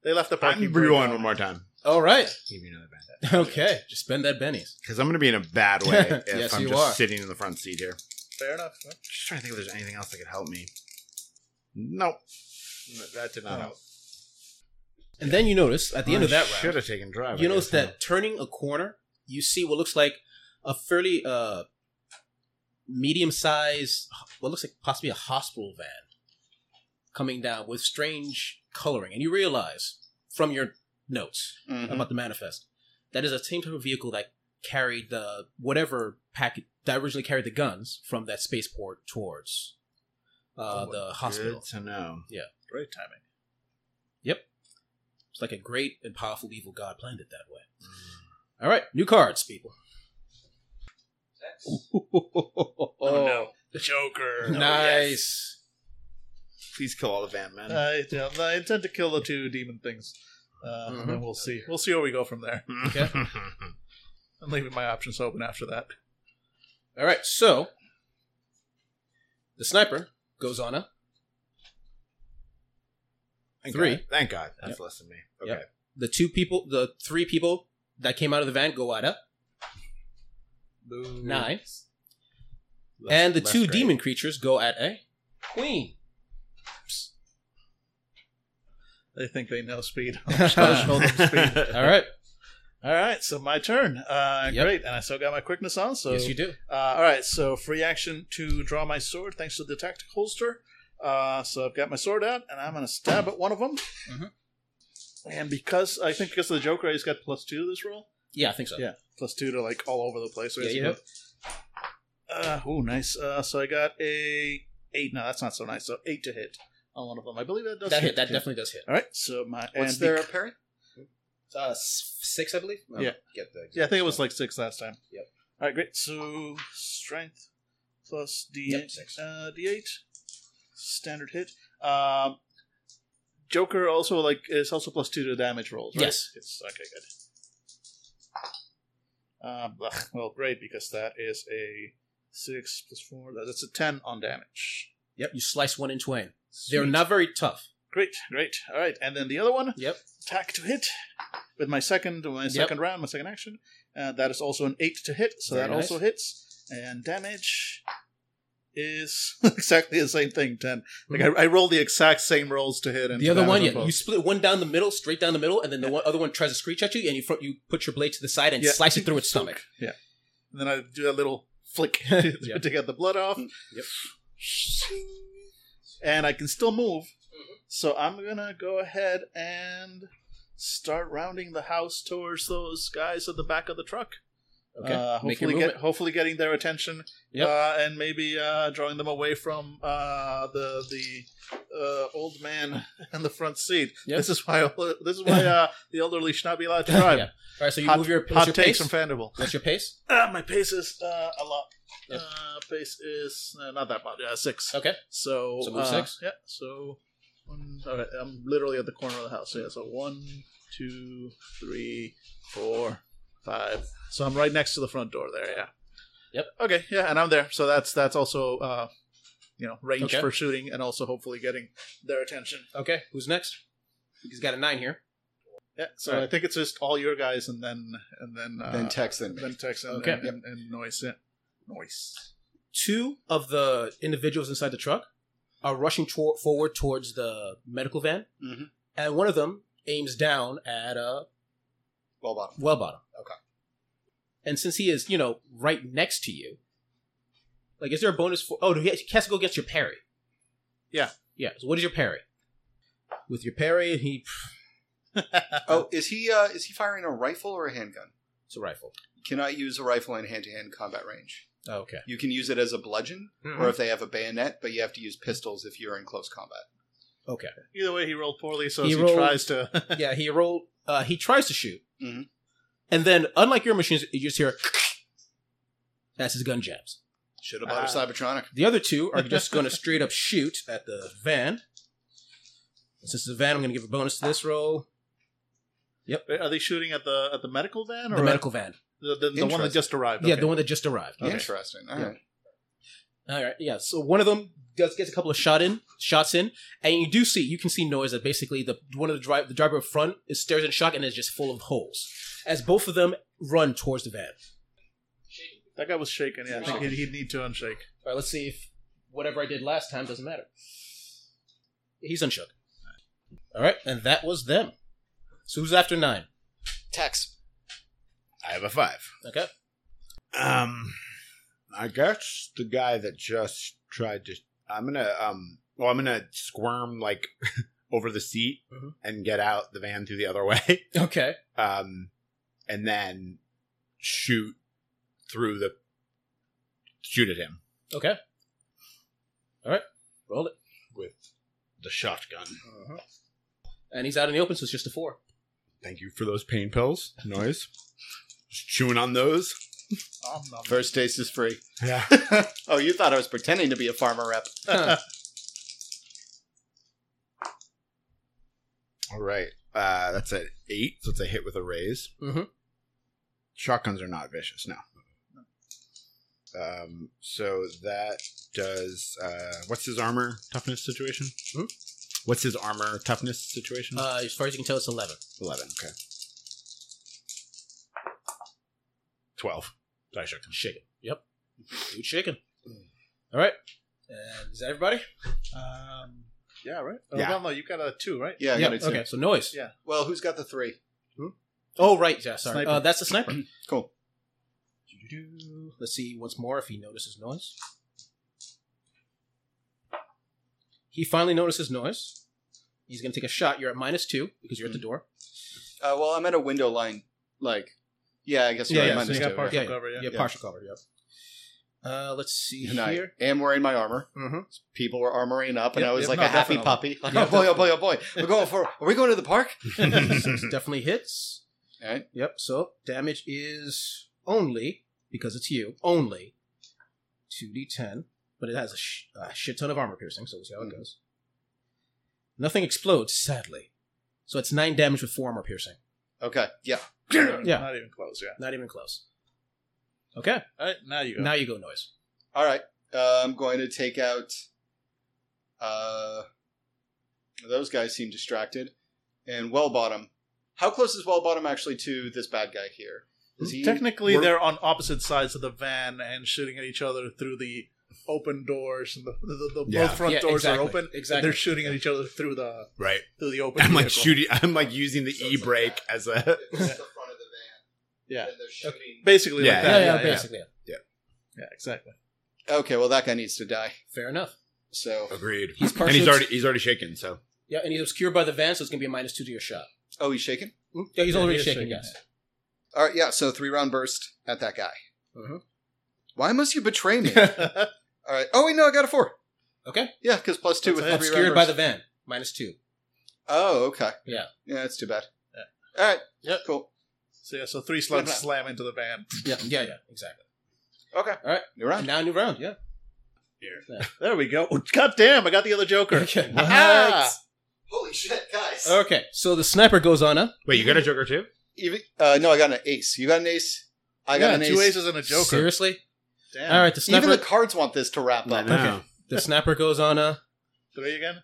They left the I'm parking brake rerolling on. one more time. All right. Give me another bad. *laughs* Okay. Just spend that Benny's. *laughs* Because I'm going to be in a bad way if Yes, I'm you just are. sitting in the front seat here. Fair enough. huh? Just trying to think if there's anything else that could help me. Nope. No, That did not Oh. help. And then you notice at the end of that round, should have taken drive. you I notice guess, that turning a corner, you see what looks like a fairly uh, medium-sized, what looks like possibly a hospital van coming down with strange coloring, and you realize from your notes Mhm. about the manifest that is the same type of vehicle that carried the whatever packet that originally carried the guns from that spaceport towards uh, Oh, the huh? hospital. Good to know. Great timing. It's like a great and powerful evil god planned it that way. All right, new cards, people. Oh, *laughs* Joker. nice. Please kill all the van men. Uh, I, Uh, yeah, I intend to kill the two demon things. Uh, And Mm-hmm. then we'll see. We'll see where we go from there. *laughs* okay. I'm leaving my options open after that. All right, so the sniper goes on a. Thank Three. God. Thank God. That's less than me. Okay. Yep. The two people, the three people that came out of the van go at a nine, Less- and the less two great. demon creatures go at a *laughs* queen. They think they know speed. *laughs* I'll show them speed. All right, All right, so my turn. Uh, Yep. Great, and I still got my quickness on. So yes, you do. Uh, all right, so free action to draw my sword thanks to the tactic holster. Uh, so I've got my sword out, and I'm going to stab at one of them. Mhm. And because I think because of the Joker, he's got plus two to this roll, Yeah, I think so. Yeah. plus two to like all over the place. Yeah, you have. Uh, oh, nice. Uh, so I got a eight. No, that's not so nice. So eight to hit on one of them. I believe that does That hit. hit. That definitely does hit. All right, so my What's and their parry? Uh, s- six, I believe. Yeah. Get the, Yeah, I think it was like six last time. Yep. All right, great. So strength plus d Yep, six. uh, d8 standard hit. Um, Joker also like is also plus two to damage rolls. Right? Yes. It's okay. Good. Um, ugh, well, great because that is a six plus four. that- That's a ten on damage. Yep. You slice one in twain. They're Sweet. not very tough. Great, great. All right, and then the other one. Yep. Attack to hit with my second, my second round, my second action. Uh, that is also an eight to hit, so Very that nice. also hits. And damage is *laughs* exactly the same thing. Ten. Like I, I rolled the exact same rolls to hit. And The to other damage one, on yeah, both. you split one down the middle, straight down the middle, and then the one, other one tries to screech at you, and you fro- you put your blade to the side and Yeah. slice it through its *laughs* stomach. And then I do that little *laughs* flick to, Yeah. Mm, to get the blood off. Yep. And I can still move. Mm-hmm. So I'm gonna go ahead and start rounding the house towards those guys at the back of the truck. Okay, Uh, make your hopefully, get, movement. hopefully getting their attention, Yep. uh, and maybe uh, drawing them away from uh, the the uh, old man in the front seat. Yep. This is why *laughs* this is *laughs* why uh, the elderly should not be allowed to drive. Yeah. All right, so you hot- move your what's Hot your takes pace. from Fandible. what's your pace? Uh, my pace is uh, a lot. Yep. Uh, pace is uh, not that much. Uh, six. Okay, So, So move uh, six? Yeah. So, one, all right, I'm literally at the corner of the house. Yeah. So one, two, three, four, five. So I'm right next to the front door there. Yeah. Yep. Okay. Yeah, and I'm there. So that's that's also uh, you know range Okay. for shooting and also hopefully getting their attention. okay. Who's next? He's got a nine here. Yeah. So All right. I think it's just all your guys and then and then uh, then text them. then text and, Okay. and, and, and noise. Yeah. Noise. Two of the individuals inside the truck are rushing tor- forward towards the medical van, Mhm. and one of them aims down at a Well bottom. well bottom. Okay. And since he is, you know, right next to you, like, is there a bonus for? Oh, he has to go against your parry. Yeah. Yeah. So what is your parry? With your parry, he Oh, is he uh, is he firing a rifle or a handgun? it's a rifle. Oh, You cannot use a rifle in hand to hand combat range. Okay. You can use it as a bludgeon or if they have a bayonet, but you have to use pistols if you're in close combat. Either way, he rolled poorly, so He as he rolled- tries to. *laughs* *laughs* yeah, he rolled. Uh, he tries to shoot, Mhm. and then unlike your machines, you just hear. *laughs* That's his gun jabs. Should have bought a Cybertronic. The other two are just going to straight up shoot at the van. Since it's a van, I'm going to give a bonus to this roll. Are they shooting at the at the medical van or The at medical van. the, the, the one that Interesting. just arrived? Yeah, Okay. the one that just arrived. Interesting. All Yeah. right. All right, yeah. So one of them does gets a couple of shot in shots in, and you do see you can see noise that basically the one of the drive the driver up front is stares in shock and is just full of holes as both of them run towards the van. that guy was shaken. Yeah, I think he'd, he'd need to unshake. All right, let's see if whatever I did last time doesn't matter. He's unshook. All right, and that was them. So who's after nine? Tax. *laughs* I have a five. Okay. Um, I guess the guy that just tried to. I'm gonna um. Well, I'm gonna squirm like *laughs* over the seat Mhm. and get out the van through the other *laughs* way. Okay. Um, and then shoot through the shoot at him Okay. with the shotgun. And he's out in the open, so it's just a *laughs* four. Thank you for those pain pills. Noise. Just chewing on those. First taste is free. *laughs* Yeah. oh, you thought I was pretending to be a farmer rep. All right. Uh, that's at eight, so it's a hit with a raise. Mhm. Shotguns are not vicious, no. Um, so that does. Uh, what's his armor toughness situation? Hmm? What's his armor toughness situation? Uh, as far as you can tell, it's eleven. 11. Okay. 12. I shook him. Shaking. Yep. Dude shaking. All right. And is that everybody? Um, yeah, right? Oh, Yeah. Well, no, you got a two, *clears throat* right? Yeah, I got Yeah, it too. okay. So noise. Yeah. Well, who's got the three? Oh right. Yeah. Sorry. Sniper. Uh, that's the sniper. *clears throat* Cool. Doo-doo-doo. Let's see once more if he notices noise. He finally notices noise. He's going to take a shot. You're at minus two because you're at the Mm-hmm. door. Uh, well, I'm at a window line. Like, yeah, I guess you're Yeah, right, yeah, so minus you got two, partial yeah. cover, yeah. Yeah, partial cover. Yep. Uh, let's see And I here. am wearing my armor. Mhm. People were armoring up, and Yep, I was yep, like no, a happy definitely. puppy. *laughs* Like, Yeah, oh boy, oh boy, oh boy! We're going for. Are we going to the park? Six *laughs* definitely hits. All right. Yep. So damage is only because it's you only two d10, but it has a, sh- a shit ton of armor piercing, so we'll see how Hmm. it goes. Nothing explodes, sadly. So it's nine damage with four armor piercing. Okay. Yeah. Yeah. Not even close, yeah. Not even close. Okay. All right, now you go. Now you go noise. All right. Uh, I'm going to take out. Uh, those guys seem distracted, and well bottom. How close is well bottom actually to this bad guy here? Is he Technically, we're- they're on opposite sides of the van and shooting at each other through the open doors. And the, the, the, Yeah. both front Yeah, doors exactly, are open. and exactly. They're shooting at each other through the *laughs* Right. through the open. I'm like vehicle. shooting. I'm like using the e brake as a. *laughs* It's *laughs* the front of the van. Yeah. And they're shooting. basically Yeah, like that. yeah, Yeah, yeah, basically. yeah, exactly. Okay. Well, that guy needs to die. Fair enough. So Agreed. He's partial. And he's already he's already shaken. So yeah, and he's obscured by the van, so it's gonna be a minus two to your shot. oh, he's shaken. Hmm. Yeah, he's Yeah, already he is shaking. shaking, Yes. All right. Yeah. So three round burst at that guy. Mhm. Why must you betray me? *laughs* All right. Oh wait, no, I got a four. Okay. Yeah, because plus two That's with it. three Obscured round by burst. the van, minus two. Oh, okay. Yeah. Yeah, that's too bad. All right. Yep. Cool. So yeah, so three slugs Yeah. slam into the van. *laughs* Yeah, yeah, yeah. Exactly. Okay. All right. New round. And now a new round. Yeah. There we go. Oh, God damn! I got the other *laughs* Joker. Okay. Ah! Holy shit, guys. *laughs* Okay, so the sniper goes on up. wait, you got a joker too? Even, uh, no, I got an ace. You got an ace. I got yeah, an ace. two aces and a Joker. Seriously? Damn. All right, the Even sniper the cards want this to wrap up. No. the snapper goes on uh, up, Three again.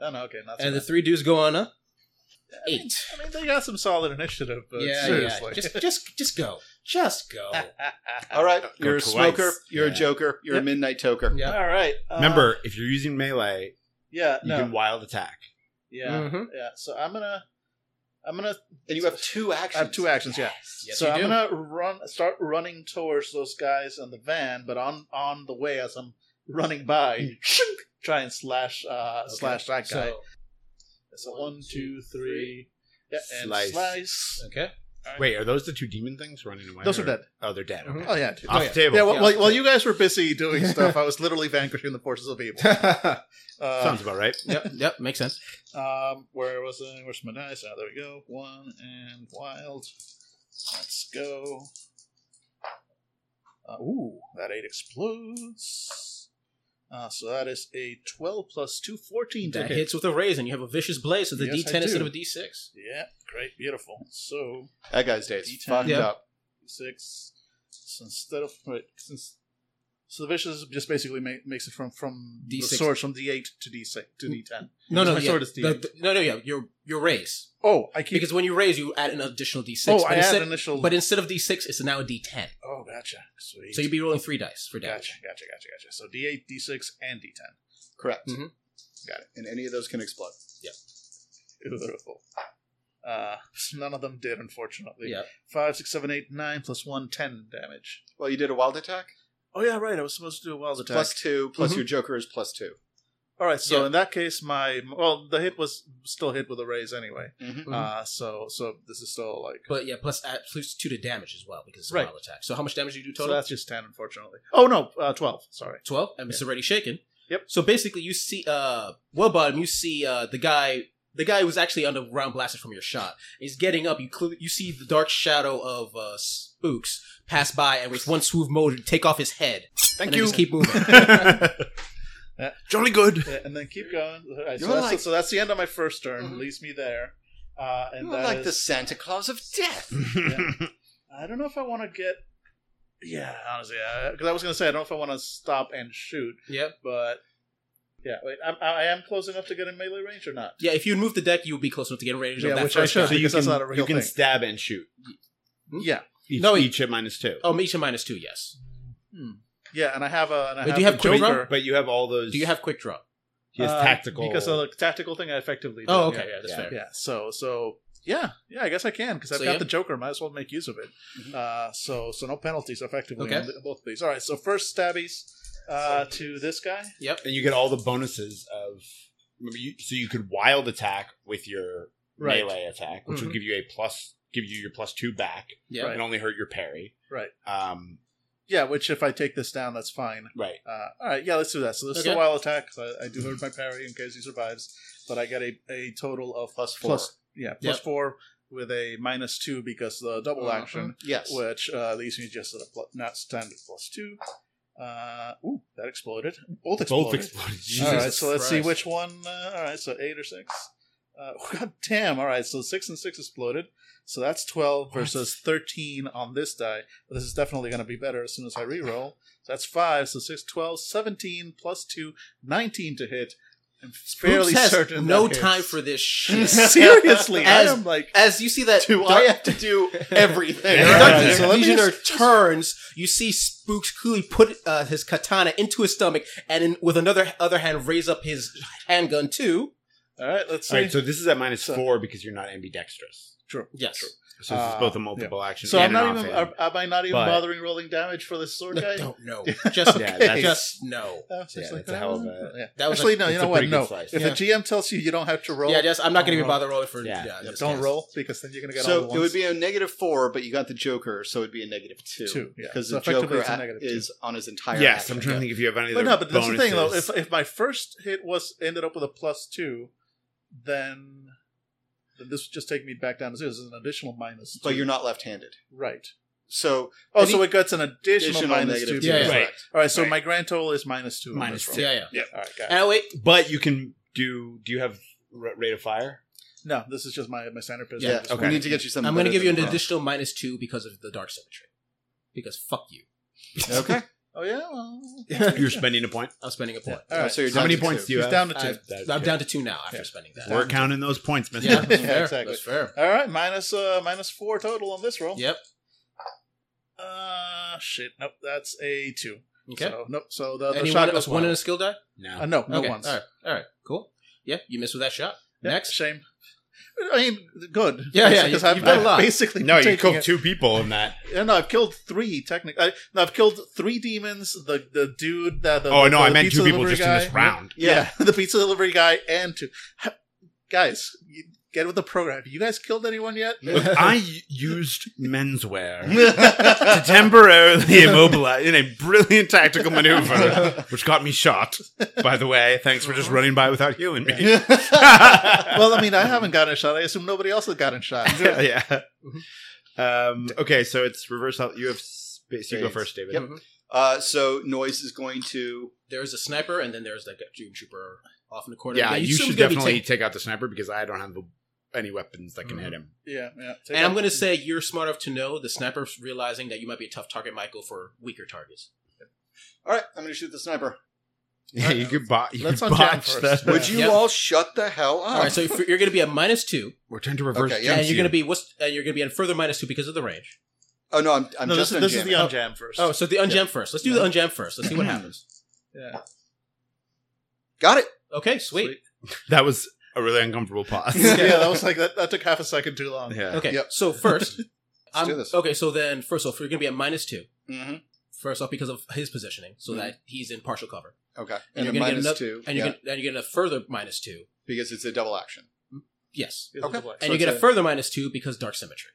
Oh no, okay, not so and the bad. three dudes go on up. Eight. I mean, they got some solid initiative, but yeah, seriously, yeah. *laughs* Just, just, just go. Just go. All right, Go you're a twice. smoker. You're Yeah. a joker. You're Yep. a midnight toker. yeah. *laughs* all right. uh, Remember, if you're using melee, yeah, you no, can wild attack. yeah, Mhm. yeah. So I'm gonna, I'm gonna And you have two actions. I have two actions. Yeah. Yes, so you I'm do. gonna run, start running towards those guys in the van, but on on the way as I'm running by, *laughs* try and slash Mm. uh Okay, slash that guy. So, So one, two, three. Yeah, and Slice. slice. okay. Wait, are those the two demon things running away? Those are or- dead. Oh, they're dead. Okay. Oh yeah, dude. Off Oh, yeah. the table. Yeah, well, Yeah, while, off while you guys were busy *laughs* doing stuff, I was literally vanquishing the forces of *laughs* evil. uh, Sounds about right. Yep. Yep. Makes sense. um, where was I? Where's my dice? Ah, there we go. One and wild. Let's go. Uh, ooh, that eight explodes. Uh, so that is a 12 plus 2, 14 to That hit. hits with a raise, and you have a vicious blade, so the Yes, I D10 instead of do. a D6. Yeah, great, beautiful. So That guy's days D10. fucked Yeah. up. six. So instead of wait, since so the vicious just basically ma- makes it from from the D6. source from D eight to D six to D ten. No, no, my yeah, sword is the- D8. the- no, no, yeah. Your your raise Oh, I keep because when you raise, you add an additional D6. oh I add instead, initial. but instead of D6, it's now a D10. oh gotcha. Sweet. So you'd be rolling three dice for damage. gotcha, gotcha, gotcha, gotcha. So D8, D6, and D10. Correct. Mm-hmm. Mhm. Got it. And any of those can explode. Beautiful. *laughs* Uh, none of them did, unfortunately. Yeah. Five, six, seven, eight, nine plus one, ten damage. Well, you did a wild attack. Oh yeah, right. I was supposed to do a wild attack. Mm-hmm. Plus two, plus Mhm. your Joker is plus 2 All right. So Yeah. in that case, my well, the hit was still hit with a raise anyway. Mm-hmm. Mhm. Uh, so so this is still like But yeah, plus add, plus two to damage as well because it's a Right. wild attack. So how much damage do you do so total? that's just ten, unfortunately. Oh no, uh, twelve. Sorry. 12 and it's already shaken Yep. so basically you see uh well bottom you see uh the guy the guy who's actually under round blasted from your shot is getting up you cl- you see the dark shadow of uh spooks pass by and with one swoop motion take off his head Thank and then you. just keep *laughs* moving *laughs* Jolly good. Yeah, and then keep going. All right, so, You're that's like- so that's the end of my first turn. Mhm. Leaves me there. Uh, and You're that like is- the Santa Claus of death. I don't know if I want to get. *sighs* Yeah, honestly, because I was gonna say I don't know if I want to stop and shoot, yep but yeah, wait, I'm, I I am close enough to get in melee range or not? yeah if you move the deck you would be close enough to get range Yeah, of that which I first should. So guy. you Because can, that's not a real you can thing. stab and shoot. Hmm? Yeah, Each, No, it- each at minus two. oh each a minus two yes yeah, and I have a. And I Wait, do you a have quick draw? Joker. But you have all those. do you have quick draw He has Uh, tactical. because of the tactical thing I effectively. did, oh okay yeah. yeah, that's Yeah. fair Yeah, so so yeah, yeah. I guess I can because I've So, got yeah. the Joker. Might as well make use of it. Mhm. Uh, so so no penalties effectively Okay. on the, both of these. All right, so first stabbies uh, to this guy. and you get all the bonuses of. Remember you, so you could wild attack with your Right. Mm-hmm. melee attack, which will Mhm. give you a plus, give you your plus two back, yeah Right. and only hurt your parry. Right. Um. Yeah, which if I take this down, that's fine. Right. Uh, all right, yeah, let's do that. So this is Okay. a wild attack. 'cause I, I do hurt my parry in case he survives, but I get a, a total of Plus four. plus yeah plus Yep. four with a minus two because the double Mhm. action, Yes. which uh, leaves me just at a plus, not standard plus two. Uh, ooh, that exploded. Both exploded. Both exploded. all Jesus right, so let's see Christ. which one. Uh, all right, so eight or six. Uh, *laughs* God damn! All right, so six and six exploded. So that's twelve versus thirteen on this die. But this is definitely going to be better as soon as I reroll. So that's five. So six, 12, 17 plus two, 19 to hit. I'm fairly Spooks has certain. no that time hits. *laughs* for this shit Seriously, As- I am *laughs* like as you see that Do I have *laughs* *laughs* to do everything? Yeah. Dark Yeah. So let me Legionnaire turns. You see Spooks clearly put uh, his katana into his stomach, and in, with another other hand, raise up his handgun too. all right. Let's see. All right, so this is at minus So- four because you're not ambidextrous. True. Yes. So this Uh, is both a multiple action. So I'm and not an even. off-hand. Are, am I not even But- bothering rolling damage for this sword No, guy? don't *laughs* know. Just, Yeah, *laughs* that's- just no. I was just mm, Yeah, that's a hell of a- yeah. That was Actually, like- no. You it's know a what? pretty good No. slice. If Yeah. a GM tells you you don't have to roll, yeah, just I'm not Don't going to even roll. bother rolling for. Yeah. Yeah, Yeah, just don't guess. roll because then you're gonna get all the So ones. it would be a negative four, but you got the Joker, so it'd be a negative two. Two, yeah. Because So the effectively Joker it's a a- negative two. is on his entire. yes, action. I'm trying to think if you have any. But Other no, but that's the thing though. bonuses. If if my first hit was ended up with a plus two, then then this would just take me back down to zero. This is an additional minus. Two. But you're not left-handed, right. so Oh, Any- so it gets an additional, additional minus two. negative Yeah, because- yeah. Right. All right. So Right. my grand total is minus two. on Minus this roll. Yeah, yeah. Yeah. All right, got it. And wait, But you can do. Do you have r- rate of *laughs* fire? No, this is just my my standard pistol. yeah, Just okay. we one. need to get you something. I'm going to give better you an than additional minus two because of the dark symmetry. Because fuck *laughs* you, that. Okay, Oh yeah. Well, You're spending a point. I'm spending a point. *laughs* All right. so you're How down many to points two. do you He's have? down to I've- two. That- I'm down to two now after Yeah. spending that. We're counting those points, man. Yeah, that's *laughs* Yeah, fair. exactly. That's fair. All right, minus uh minus four total on this roll. Yep. Uh, shit. Nope, that's a two. Okay. So, nope. So the, the Anyone shot else goes one one in a skill die? No. uh, no, no okay. ones. All right. All right. Cool. Yeah, you missed with that shot. Yep, *laughs* Next. shame. I mean, good. Yeah, yeah, Because you- I've, you've done a I've lot. basically No, you taken killed it- two people in that. Yeah, no, I've killed three technically. I, no, I've killed three demons. The the dude. *laughs* The, the, Oh the, no, the I meant pizza two people delivery just guy. in this *laughs* round. Yeah. the pizza delivery guy and two guys. You get with the program. Have you guys killed anyone yet? Look, I u- used *laughs* menswear to temporarily immobilize in a brilliant *laughs* tactical maneuver, which got me shot. By the way, thanks for just running by without healing me. *laughs* well, I mean, I haven't gotten shot. I assume nobody else has gotten shot. *laughs* yeah. Um, okay, so it's reverse. al- You have space. You go Spades. first, David. Yep. Uh, so noise is going to. There's a sniper, and then there's like a dream trooper off in the corner. Yeah, Now, you assume should he's gonna be definitely taken- take out the sniper because I don't have any weapons that can hit him. yeah, yeah. Take and I'm out- going to say you're smart enough to know the sniper's realizing that you might be a tough target, Michael, for weaker targets. All right, I'm going to shoot the sniper. Yeah, *laughs* you could, bo- you Let's could unjam botch first. that. Would Would you Yep. all shut the hell up? All right, so if you're, you're going to be a minus two, We're trying to reverse. Okay, yeah. and jinx you're going you. to be what's, and you're going to be a further minus two because of the range. Oh no, I'm, I'm no, this just is, this is the unjamming. unjam first. Oh, so the unjam first. Let's do the unjam first. Let's see what happens. Got it. Okay, sweet. That was a really uncomfortable *laughs* *laughs* pause. yeah, that was like that, that took half a second too long. Yeah. Okay, Yep. so first, I'm, do this. okay, so then first off, you're gonna be at minus two. hmm First off, because of his positioning, so that he's in partial cover, Okay, And and, you're gonna a get minus another- two, and yeah, you're gonna, then you're gonna further minus two. because it's a double action. Yes, It was Okay. like- and you it's get a, a- further minus two because dark symmetry.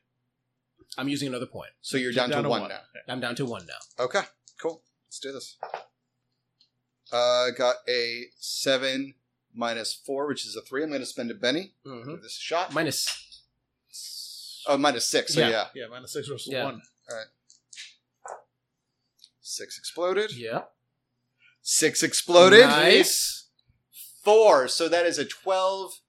I'm using another point. So you're down, to one, now. I'm down to one now. Okay, cool. Let's do this. Uh, got a seven minus four, which is a three. I'm going to spend a Benny. Mm-hmm. Give this a shot. Minus. oh, minus six. So Yeah. yeah. Yeah, minus six versus Yeah. one. six exploded. Yeah. Six exploded. Nice. Four. So that is a 12,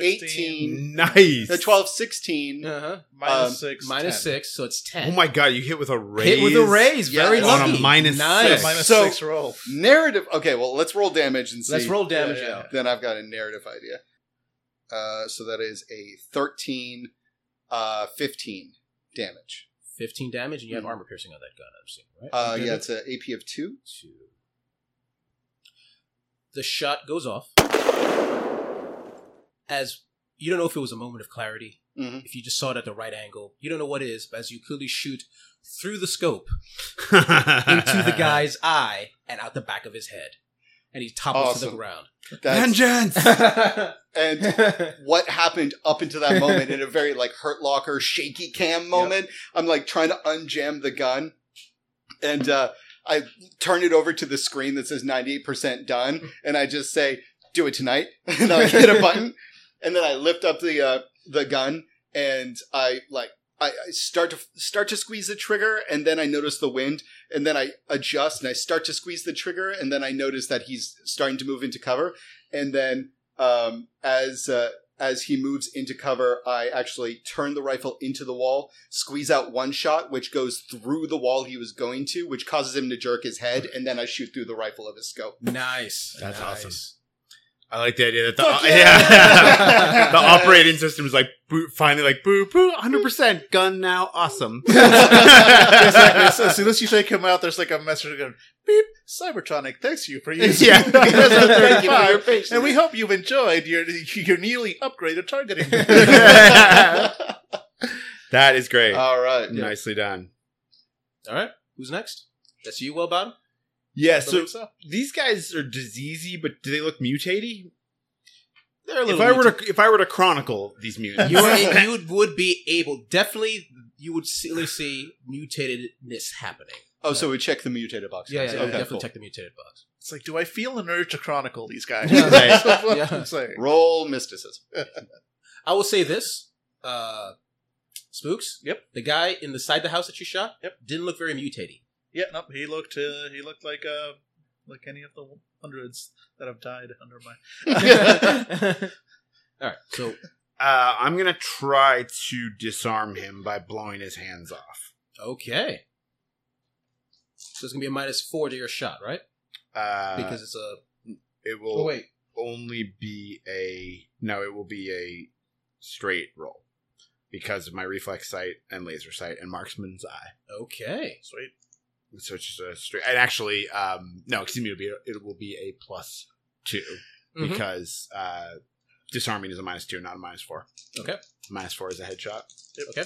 18. Nice. No, 12, 16. Uh-huh. minus Um, six, Minus 10. six, so it's ten. Oh my god, you hit with a raise. Hit with a raise. Yes. Very On a lucky. minus nice. six. Minus So- six *laughs* roll. Narrative. Okay, well, let's roll damage and see. Let's roll damage Yeah, yeah. out. Then I've got a narrative idea. Uh, so that is a 13, uh, 15 damage. Fifteen damage, and you have Mhm. armor piercing on that gun. I'm seeing, right? Uh, You did yeah, it. it's an AP of two. Two. The shot goes off. As you don't know if it was a moment of clarity, Mhm. if you just saw it at the right angle, you don't know what it is. But as you clearly shoot through the scope *laughs* into the guy's eye and out the back of his head, and he topples to the Awesome. ground. That's, Vengeance. and *laughs* what happened up until that moment in a very like hurt locker shaky cam moment i'm like trying to unjam the gun and uh i turn it over to the screen that says 98% done and i just say do it tonight *laughs* and i hit a button and then i lift up the uh the gun and i like I I start to start to squeeze the trigger, and then I notice the wind, and then I adjust, and I start to squeeze the trigger, and then I notice that he's starting to move into cover, and then um, as uh, as he moves into cover, I actually turn the rifle into the wall, squeeze out one shot, which goes through the wall he was going to, which causes him to jerk his head, and then I shoot through the rifle of *laughs* his scope. nice. That's Nice. awesome. I like the idea that the Fuck yeah. yeah! *laughs* the operating system is like boo, finally like boo boo hundred percent gun now *laughs* awesome. exactly. So, as soon as you take him out, there's like a message going, beep, Cybertronic, thanks *laughs* you for using *laughs* Yeah. PSO Thank *laughs* you for your 35, patience. and we hope you've enjoyed your your newly upgraded targeting. *laughs* that is great. All right. Nicely done. All right. Who's next? That's you, Well Bottom? Yeah. so, So these guys are diseasey, but do they look mutated? They're a If I were to if I were to chronicle these *laughs* mutants, you, are, you would be able definitely you would clearly see mutatedness happening. Oh, so we check the mutated box. Yeah, yeah, Okay, yeah, definitely cool. check the mutated box. it's like, do I feel an urge to chronicle these guys? *laughs* Yeah. That's what Yeah. I'm saying. *laughs* Roll mysticism. *laughs* I will say this, uh, Spooks. Yep. The guy in the side of the house that you shot. Yep. Didn't look very *laughs* mutated. *laughs* Yeah, no, he looked uh, he looked like uh, like any of the hundreds that have died under my. All right. So uh, I'm gonna try to disarm him by blowing his hands off. okay. So it's gonna be a minus four to your shot, right? Uh, Because Oh, it's a it will only be a no. It will be a straight roll because of my reflex sight and laser sight and marksman's eye. okay. Sweet. So it's just a straight. And actually, um, no, excuse me. It'll be it will be a plus two Mhm. because uh, disarming is a minus two, not a minus four. Okay. minus four is a headshot. Okay.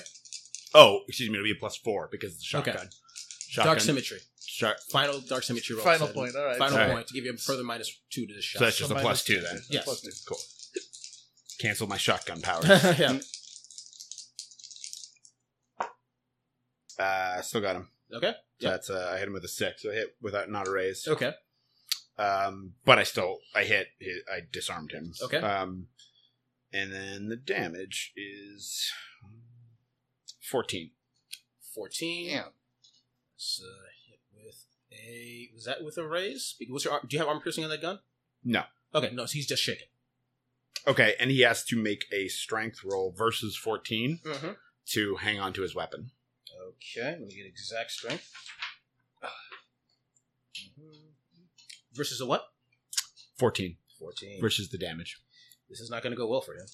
Oh, excuse me. It'll be a plus four because it's a Okay. shotgun. Shotgun. Dark symmetry. Shot- Final dark symmetry roll. Final So- point. All right. Final All right. point to give you a further minus two to the shot. So that's just a minus plus two then. Yeah, plus Yes. Cool. Cancel my shotgun *laughs* powers. *laughs* yeah. uh, still got him. Okay. So Yeah. That's uh, I hit him with a six. So I hit without not a raise. Okay. Um, but I still I hit. hi- I disarmed him. Okay. Um, and then the damage is fourteen. 14. Damn. Let's, uh, hit with a. Was that with a raise? What's your, ar- do you have armor piercing on that gun? No. Okay, no, so he's just shaking. Okay, and he has to make a strength roll versus fourteen Mm-hmm. to hang on to his weapon. Okay, let me get exact strength. Mhm. Versus a what? Fourteen 14. versus the damage. This is not going to go well for him.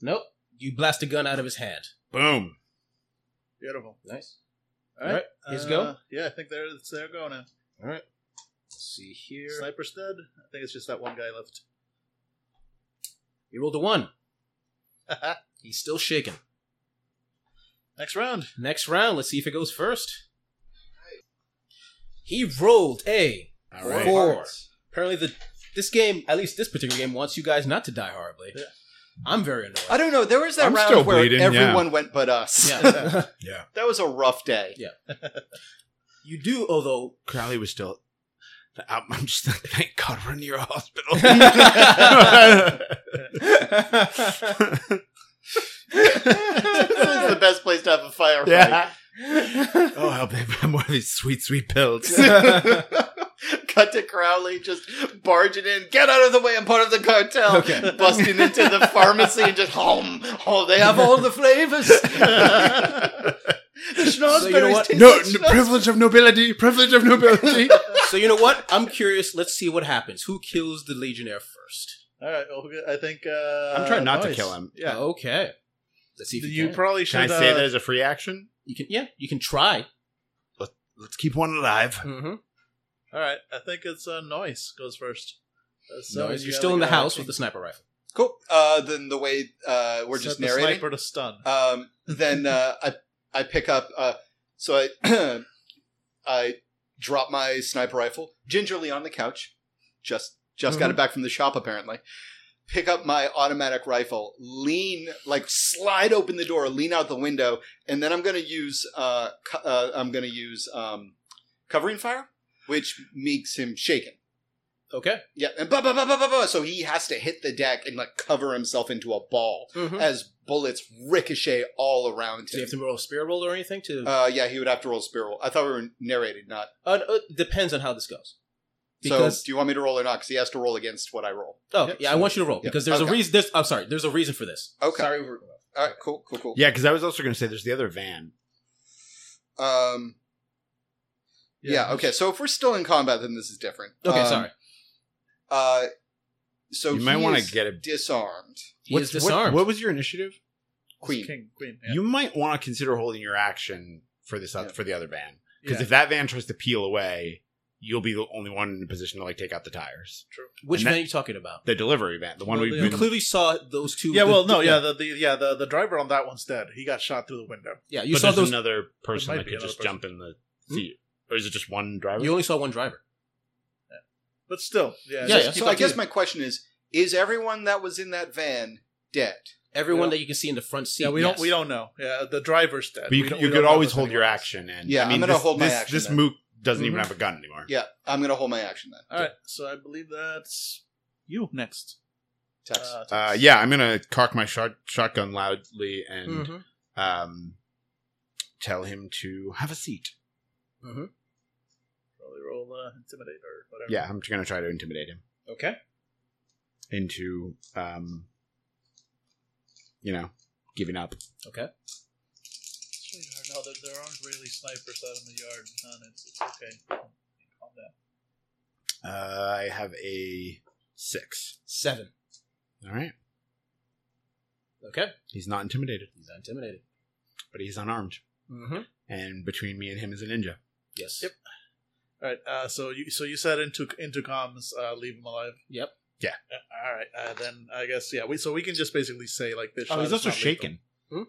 Nope. You blast a gun out of his hand. Boom. Beautiful. Nice. All right. Here's go? Yeah, I think there, it's their go now. Let's see here. Sniper's dead. I think it's just that one guy left. He rolled a one. He's still shaking. Next round. *laughs* *laughs* Next round, let's see if it goes first. He rolled a All right. four. Apparently, the this game, at least this particular game, wants you guys not to die horribly. Yeah. I'm very annoyed. I don't know. There was that I'm still round where bleeding, yeah. everyone went but us. Yeah. *laughs* that was a rough day. you do, although Crowley was still. I'm *laughs* I'm just like, thank God we're near a *laughs* hospital. *laughs* this is the best place to have a firefight. yeah. Oh, help me have more of these sweet, sweet pills. *laughs* *laughs* Cut to Crowley just barging in. Get out of the way! I'm part of the cartel. Okay. *laughs* Busting into the pharmacy and just home. Oh, they *laughs* have all the flavors. the So you know what? taste no, like n- privilege of nobility. Privilege *laughs* of nobility. so you know what? I'm curious. Let's see what happens. Who kills the legionnaire first? All right. Well, I think uh, I'm trying not to Noise. kill him. Yeah. Okay. Let's see if you, You can. probably should. Can I say uh, that as a free action? you can. Yeah, you can try. Let's keep one alive. Mm-hmm. All right. I think it's uh, noise goes first. Uh, so no, you're you still gotta in the go house action. with the sniper rifle. Cool. Uh, then the way uh, we're Set just the narrating. Sniper to stun. *laughs* Um, then uh, I I pick up. Uh, so I *clears throat* I drop my sniper rifle gingerly on the couch. Just just got it back from the shop apparently. Pick up my automatic rifle, lean like slide open the door, lean out the window, and then I'm gonna use uh, co- uh I'm gonna use um covering fire, which makes him shaken. Okay. Yeah, and ba ba ba ba ba ba. So he has to hit the deck and like cover himself into a ball Mm-hmm. as bullets ricochet all around So you him. have to roll a spear roll or anything to. uh, yeah, he would have to roll a spear roll. I thought we were narrating, not. Uh, it depends on how this goes. so, Because do you want me to roll or not? Because he has to roll against what I roll. oh yeah, yeah, I want you to roll yeah, because there's okay. a reason. There's I'm sorry. There's a reason for this. Okay. Sorry. We're, All right, cool, cool, cool. Yeah, because I was also going to say there's the other van. Um. Yeah. Okay. So if we're still in combat, then this is different. okay. Um, sorry. Uh. So You might he wanna is get him- disarmed. He What's- is disarmed. What, what was your initiative? Queen. King. Queen. Yeah. You might want to consider holding your action for this Yeah. for the other van because Yeah. if that van tries to peel away, you'll be the only one in a position to like take out the tires. Which and van that- are you talking about? The delivery van, the one Well, we've yeah. You been. clearly saw those two. Yeah, the- well, no, the- yeah, the, the yeah the, the driver on that one's dead. He got shot through the window. yeah. You but saw there's those. another person might that be could another just person. Hmm? jump in the seat, or is it just one driver? You only saw one driver. But still, yeah, Yeah, just yeah. keep So I up guess to- my question is: Is everyone that was in that van dead? Everyone Yeah. that you can see in the front seat. yeah, we yes. don't we don't know. Yeah, the driver's dead. but you, We c- don't- you we could don't know always if hold your anyone- Mm-hmm. action, and Yeah, I mean, I'm gonna this, hold my this, action This then. mook doesn't even Mhm. have a gun anymore. Yeah, I'm gonna hold my action then. All right, so I believe that's you next. Text. Uh, Uh, yeah, I'm gonna cock my shot, shotgun loudly and Mhm. um, tell him to have a seat. probably roll uh, intimidate or whatever. Yeah, I'm gonna try to intimidate him Okay. into, um, you know, giving up. Sweetheart, No, there, there aren't really snipers out in the yard. None. It's, it's okay. Calm down. Uh, I have a six. Seven. All right, Okay. he's not intimidated, He's not intimidated. but he's unarmed, Mm-hmm. and between me and him is a ninja. Yes. Yep. All right. Uh, so you so you said into into comms, uh, leave him alive. Yep. Yeah. Uh, all right. Uh, then I guess yeah. We so we can just basically say like this. Oh, shot he's is also not lethal. shaken. Hmm?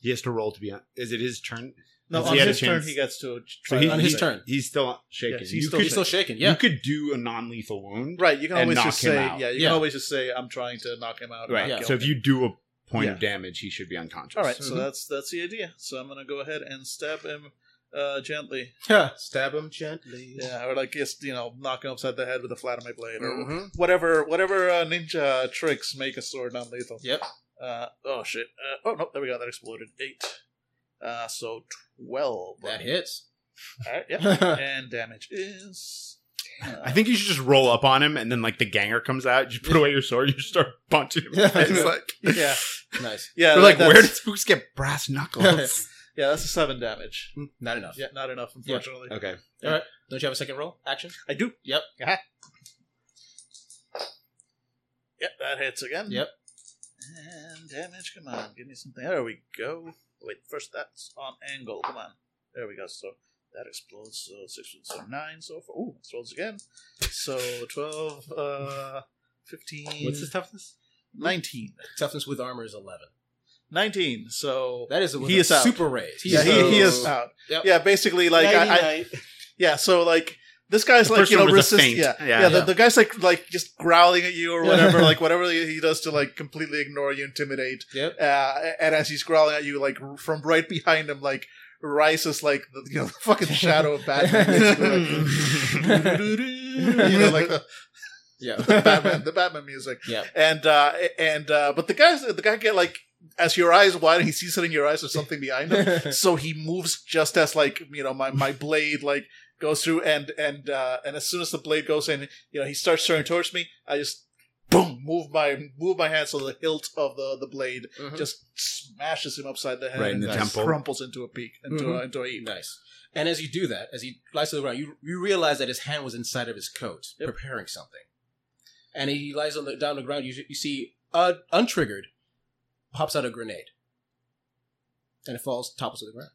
He has to roll to be. On, is it his turn? No, Has on he had a his turn chance? he gets to. So try he- to On he- his say- turn. He's still shaken. Yes, he's you still could He's still shaking. Yeah. you could do a non-lethal wound, Right. You can And always knock just him say out. yeah. You Yeah. can always just say I'm trying to knock him out. Right. not kill So if him." you Mm-hmm. do a point Yeah. of damage, he should be unconscious. All right, so Mhm. that's that's the idea. So I'm gonna go ahead and stab him uh, gently. *laughs* Stab him gently. Yeah, or like just you know knock him upside the head with the flat of my blade, Mm-hmm. or Mhm. whatever whatever uh, ninja tricks make a sword non-lethal. Yep. Uh, oh shit! Uh, oh no, there we go. That exploded eight. Uh, so twelve. That *laughs* hits. All right, *laughs* yeah. yeah. and damage is. uh, I think you should just roll up on him, and then like the ganger comes out. You put away your sword, you just start punching *laughs* him. in the face, like, *laughs* *laughs* Yeah, Nice. yeah. They're like, that's- where did spooks get brass *laughs* knuckles? Yeah, that's a seven damage. Not enough. Yeah, not enough, unfortunately. okay, Don't you have a second roll? Action. I do. Yep. Yep, that hits again. Yep. And damage, come on, give me something. There we go. Wait, first that's on angle. Come on. There we go. So that explodes. So six, so nine, so four. Ooh, explodes again. So 12, uh, 15. What's his toughness? 19. Toughness with armor is eleven. 19. So That is with He a is out. super raise. yeah, he, he is out. Yep. Yeah, basically, like, I, I, Nighty-night. yeah, so like, this guy's The like, first you know, one was a resist. feint. Yeah, Yeah. yeah. The, the guy's like, like just growling at you or whatever, *laughs* like whatever he does to like completely ignore you, intimidate. Yep. uh, and as he's growling at you, like r- from right behind him, like rises like the you know the fucking shadow of Batman, *laughs* *laughs* basically, like, you know, like the *laughs* Yeah. Batman, the Batman music. Yeah. and uh, and uh, but the guys, the guy get like as your eyes widen, he sees it in your eyes or something behind him, *laughs* so he moves just as like you know my my blade like goes through and and uh and as soon as the blade goes in you know he starts turning towards me i just boom move my move my hand so the hilt of the the blade Mhm. just smashes him upside the head Right in and the just temple. crumples into a peak into Mm-hmm. a, into a heap Nice. And as you do that, as he lies to the ground, you you realize that his hand was inside of his coat, preparing something. And he lies on the down the ground. You you see, uh, untriggered, pops out a grenade, and it falls topples to the ground.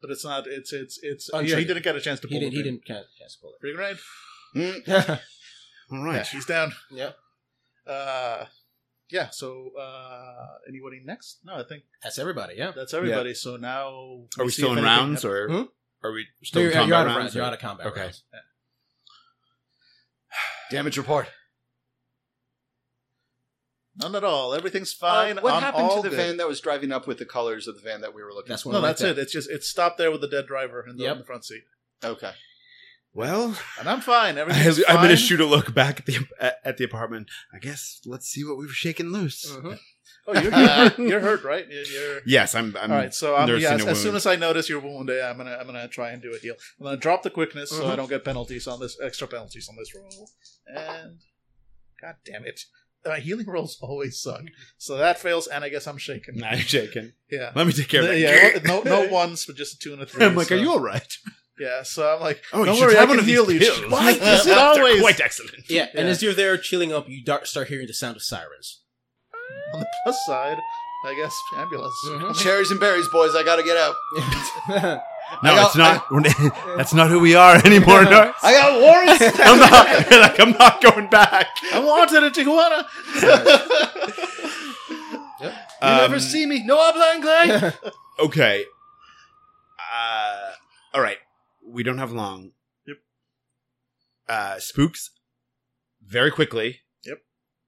but it's not it's it's it's Untriggered. yeah, he didn't get a chance to pull He the didn't. He trigger. didn't can't, can't spoil *laughs* Free grenade Mm, it. All yeah, right. he's down yeah, uh yeah so uh anybody next no i think that's everybody. Yeah. that's everybody so now Are we see still if in anything rounds or Hmm? are we So still you're, in you're combat out of rounds? rounds. You're or- out of combat. Okay. rounds. Damage report. None at all. Everything's Uh, fine. what I'm happened all to the good. van that was driving up with the colors of the van that we were looking? That's one. No, right that's there. it. It's just it stopped there with the dead driver in the, Yep. in the front seat, Okay. Well, and I'm *laughs* fine. I'm Everything's fine. going to shoot a look back at the at, at the apartment. I guess let's see what we've shaken loose. Mhm. Oh, you're, *laughs* hurt. you're hurt, right? You're, you're... Yes, I'm. I'm All *laughs* right. So I'm, nursing yeah, a as, as soon wound. as I notice your wound, yeah, I'm gonna I'm gonna try and do a heal. I'm gonna drop the quickness so Mhm. Uh-huh. I don't get penalties on this extra penalties on this roll. And god damn it, my healing rolls always suck. So that fails, and I guess I'm shaken. I'm shaken. Yeah. Let me take care of that. *laughs* Yeah, no, no ones, but just a two and a three. I'm like, so- are you all right? Yeah, so I'm like, Oh, you don't should worry, try I one can of these heal you. *laughs* *laughs* pills. Why? This is They're always quite excellent. Yeah, and Yeah. as you're there chilling up, you dar- start hearing the sound of sirens. *laughs* on the plus side. I guess ambulance. Cherries and berries, boys. I gotta get out. Mm-hmm. *laughs* No, I got- it's not. *laughs* that's not who we are anymore. *laughs* No. I got warrants. I'm not. *laughs* Like, I'm not going back. I'm wanted in Tijuana. *laughs* You never Um, see me. No *laughs* obline glide. Okay. Uh, all right. We don't have long. Yep. Uh, spooks. Very quickly. Yep.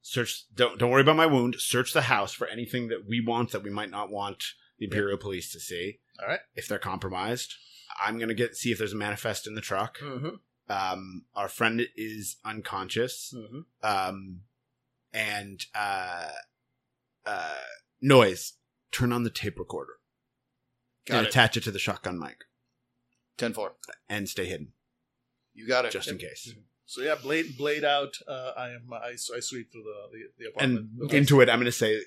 Search. Don't don't worry about my wound. Search the house for anything that we want that we might not want the Imperial Police to see. All right. If they're compromised, I'm gonna get see if there's a manifest in the truck. Mhm. Um, our friend is unconscious. Mhm. Um, and uh, uh, noise. Turn on the tape recorder Got and it. attach it to the shotgun mic Ten four. and stay hidden You got it. just in case. *laughs* So yeah, blade blade out. Uh, I am I, s- I sweep through the the, the And apartment. into it, I'm going to say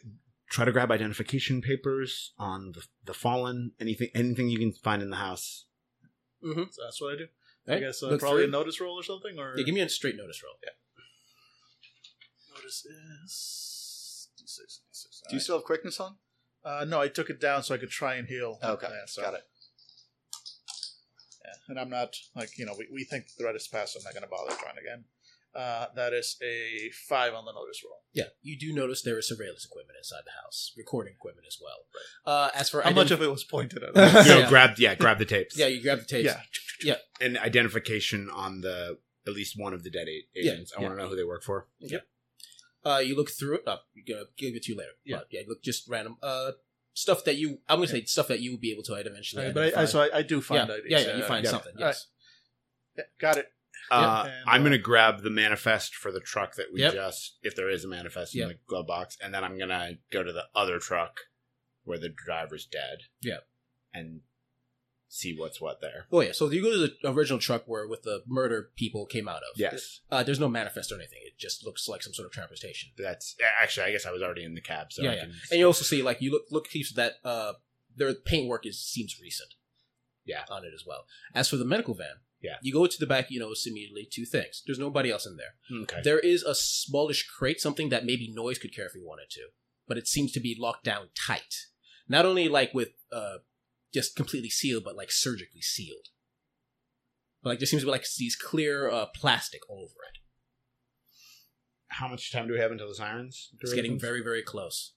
try to grab identification papers on the, the fallen, anything anything you can find in the house. So that's what I do. I Right? guess uh, Look probably through. a notice roll or something. Or Yeah, give me a straight notice roll. notice is d6. d6 Do you still have quickness on? uh, no, I took it down so I could try and heal. Okay, Yeah, so, got it. yeah. And I'm not like you know we, we think the threat is past. So I'm not going to bother trying again. Uh, that is a five on the notice roll. Yeah, you do notice there is surveillance equipment inside the house, recording equipment as well. Uh, as for How ident- much of it was pointed at? You us? *laughs* know, Yeah. grab yeah, grab the tapes. yeah, you grab the tapes. yeah. and identification on the at least one of the dead a- Yeah, agents. I want to know who they work for. Uh, you look through it. Uh, you're gonna give it to you later. Yeah, yeah. Look, just random uh stuff that you. I'm gonna say stuff that you will be able to eventually. Okay, but I, I, so I, I do find yeah, ideas. yeah, yeah, you find something. All right. Yes. Yeah, Got it. Uh, And, I'm uh, going to grab the manifest for the truck that we Yep. just, if there is a manifest in Yep. the glove box, and then I'm going to go to the other truck where the driver's dead. Yeah. And see what's what there. Oh yeah. So you go to the original truck where with the murder people came out of. Yes. Uh, there's no manifest or anything. It just looks like some sort of train station. That's actually, I guess I was already in the cab, so Yeah, I yeah. can. And you also see like you look look keeps that uh their paintwork is seems recent. Yeah. On it as well. As for the medical van, Yeah. You go to the back, you notice immediately two things. There's nobody else in there. okay. There is a smallish crate, something that maybe noise could care if he wanted to. but it seems to be locked down tight. Not only like with uh, just completely sealed, but like surgically sealed. But like there seems to be like these clear uh, plastic all over it. How much time do we have until the sirens? It's getting very very close.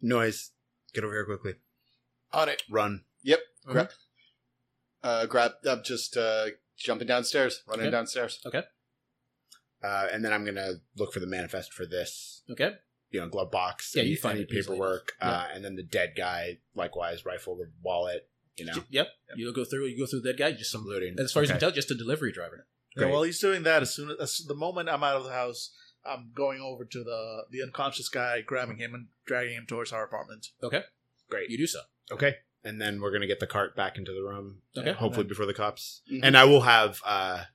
noise. Get over here quickly. On it. Run. Uh, grab. I'm just uh, jumping downstairs, running Okay. downstairs. Uh, and then I'm gonna look for the manifest for this. Okay. You know, glove box. Yeah, you any- find any it easily. paperwork, uh, and then the dead guy. Likewise, rifle, the wallet. You know, J- Yep. You go through. You go through that guy. Just some. looting. As far as you Okay. can tell, just a delivery driver. Yeah, Great. while he's doing that, as soon as, as the moment I'm out of the house, I'm going over to the the unconscious guy, grabbing him and dragging him towards our apartment. Great. You do so. Okay. And then we're gonna get the cart back into the room. Okay. uh, Hopefully before the cops. Mhm. And I will have uh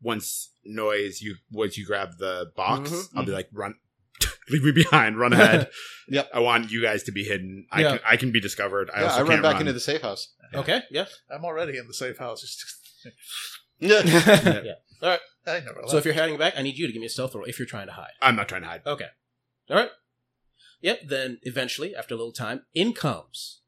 once noise you once you grab the box, Mhm. Mm-hmm. I'll be like, run *laughs* leave me behind, run ahead. *laughs* Yep. I want you guys to be hidden. I Yeah. can I can be discovered. I yeah, also I run can't back run. into the *laughs* safe house. *laughs* Yeah. Okay. Yeah. I'm already in the safe house. Just, *laughs* Yeah. I never left. *laughs* So if you're heading back, I need you to give me a stealth roll if you're trying to hide. I'm not trying to hide. Okay. All right. Yep. Then eventually, after a little time, in comes.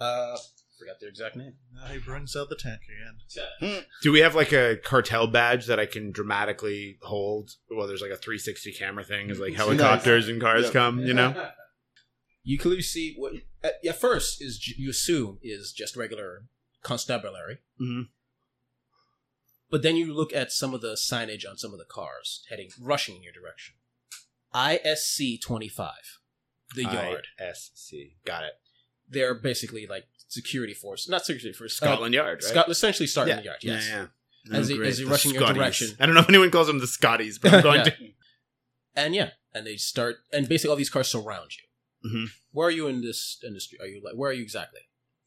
Uh, forgot their exact name. Now he brings out the tank again. Do we have like a cartel badge that I can dramatically hold? Well, there's like a 360 camera thing as like Nice. helicopters and cars Yeah. come, Mm, you know? *laughs* You clearly see what at, at first is ju- you assume is just regular constabulary, Mhm. but then you look at some of the signage on some of the cars heading rushing in your direction. ISC twenty five, the yard. ISC. Got it. They're basically like security force, not security force. uh, Scotland Yard, right? Scot- essentially starting the yard. Yes. Yeah, yeah. Oh, As he- as he The rushing your Scotties. direction. I don't know if anyone calls them the Scotties, but I'm *laughs* going Yeah. to. and yeah, and they start, and basically all these cars surround you. Mhm. Where are you in this industry? Are you like where are you exactly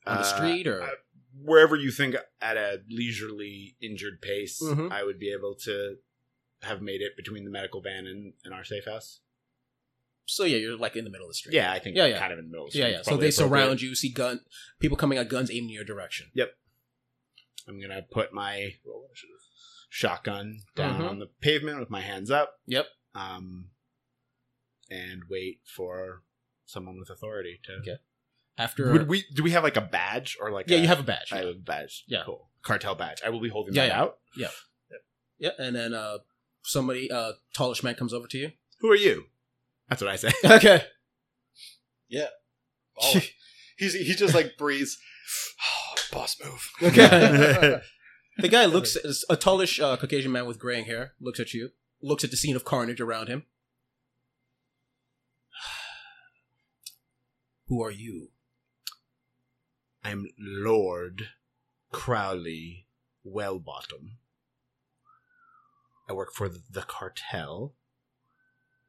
on the Uh, street or I- Wherever you think at a leisurely, injured pace, Mhm. I would be able to have made it between the medical van and, and our safe house. so? Yeah, you're like in the middle of the street. Yeah, I think Yeah, yeah. kind of in the middle. yeah, yeah. So they surround you, see gun people coming out, guns aimed in your direction. I'm going to put my shotgun down Mhm. on the pavement with my hands up. Yep. Um, and wait for someone with authority to. Okay. After Would we? Do we have like a badge or like? uh, yeah, a- you have a badge. I yeah. have a badge. Yeah. Cool. Cartel badge. I will be holding Yeah, that yeah. out. Yeah, and then uh, somebody uh, tallish man comes over to you. Who are you? That's what I say. Okay, Oh. He's he just like breathes. *sighs* Boss move. *laughs* *laughs* *laughs* okay. the guy looks a tallish uh, Caucasian man with graying hair looks at you, looks at the scene of carnage around him. *sighs* Who are you? I'm Lord Crowley Wellbottom. I work for the, the cartel,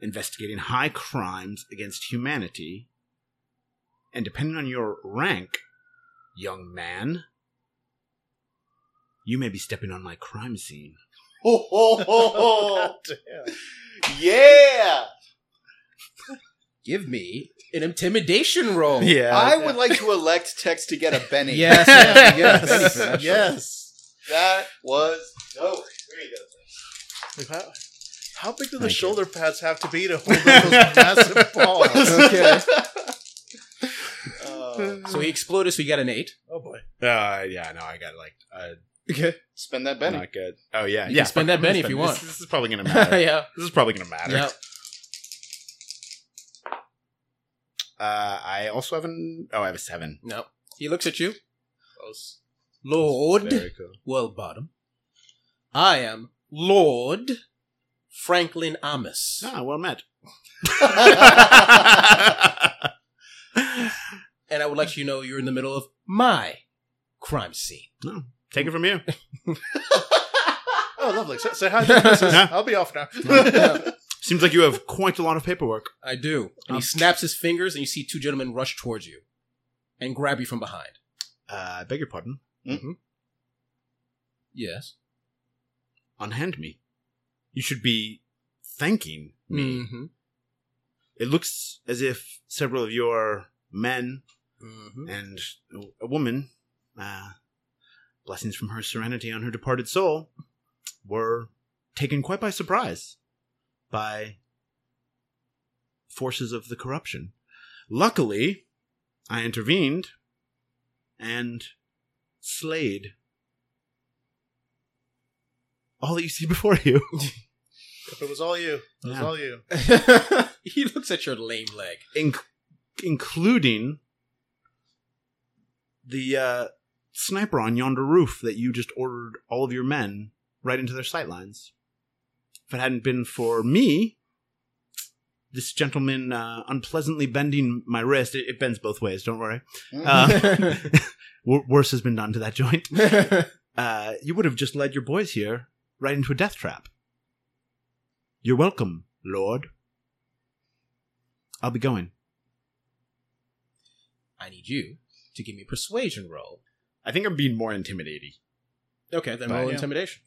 investigating high crimes against humanity. And depending on your rank, young man, you may be stepping on my crime scene. Ho, Oh, ho, ho, *laughs* ho. Damn. *laughs* yeah. Give me an intimidation roll. I would like to elect Tex to get a *laughs* Benny. Yes, *laughs* yes, yes, Benny for yes, that yes. That was dope. There you go. Like, How, how big do the Thank you. shoulder pads have to be to hold up those *laughs* massive balls? Okay. *laughs* Uh, So he exploded. So you got an eight. Oh boy. Uh, yeah, no, I got like uh, Okay. spend that Benny. not good. Oh yeah, You yeah. can spend that fuck, Benny I'm if you gonna want. spend- This, this is probably *laughs* gonna matter. yeah. This is probably gonna matter. Yeah. Uh, I also have an. Oh, I have a seven. No. He looks at you. Lord Very *laughs* cool. Well Bottom. I am Lord Franklin Amos. Ah, well met. And I would like you to know you're in the middle of my crime scene. *laughs* Take it from you. Oh, lovely. Say, say hi to the missus. Huh? I'll be off *laughs* now. Seems like you have quite a lot of paperwork. I do. And he Um. snaps his fingers and you see two gentlemen rush towards you and grab you from behind. Uh, I beg your pardon. Yes. Unhand me. You should be thanking me. Mm-hmm. It looks as if several of your men Mm-hmm. and a- a woman, uh, blessings from her serenity on her departed soul, were taken quite by surprise by forces of the corruption. Luckily, I intervened and slayed all that you see *laughs* before you. It was all you. It was Yeah. all you. *laughs* he looks at your lame *laughs* leg. Inc including the uh, sniper on yonder roof that you just ordered all of your men right into their sight lines. If it hadn't been for me, this gentleman uh, unpleasantly bending my wrist, it, it bends both ways, don't worry. *laughs* Uh, wor- worse has been done to that joint. Uh, you would have just led your boys here right into a death trap. You're welcome, Lord. I'll be going. I need you to give me a persuasion roll. I think I'm being more intimidating. Okay, then But- roll Yeah. intimidation.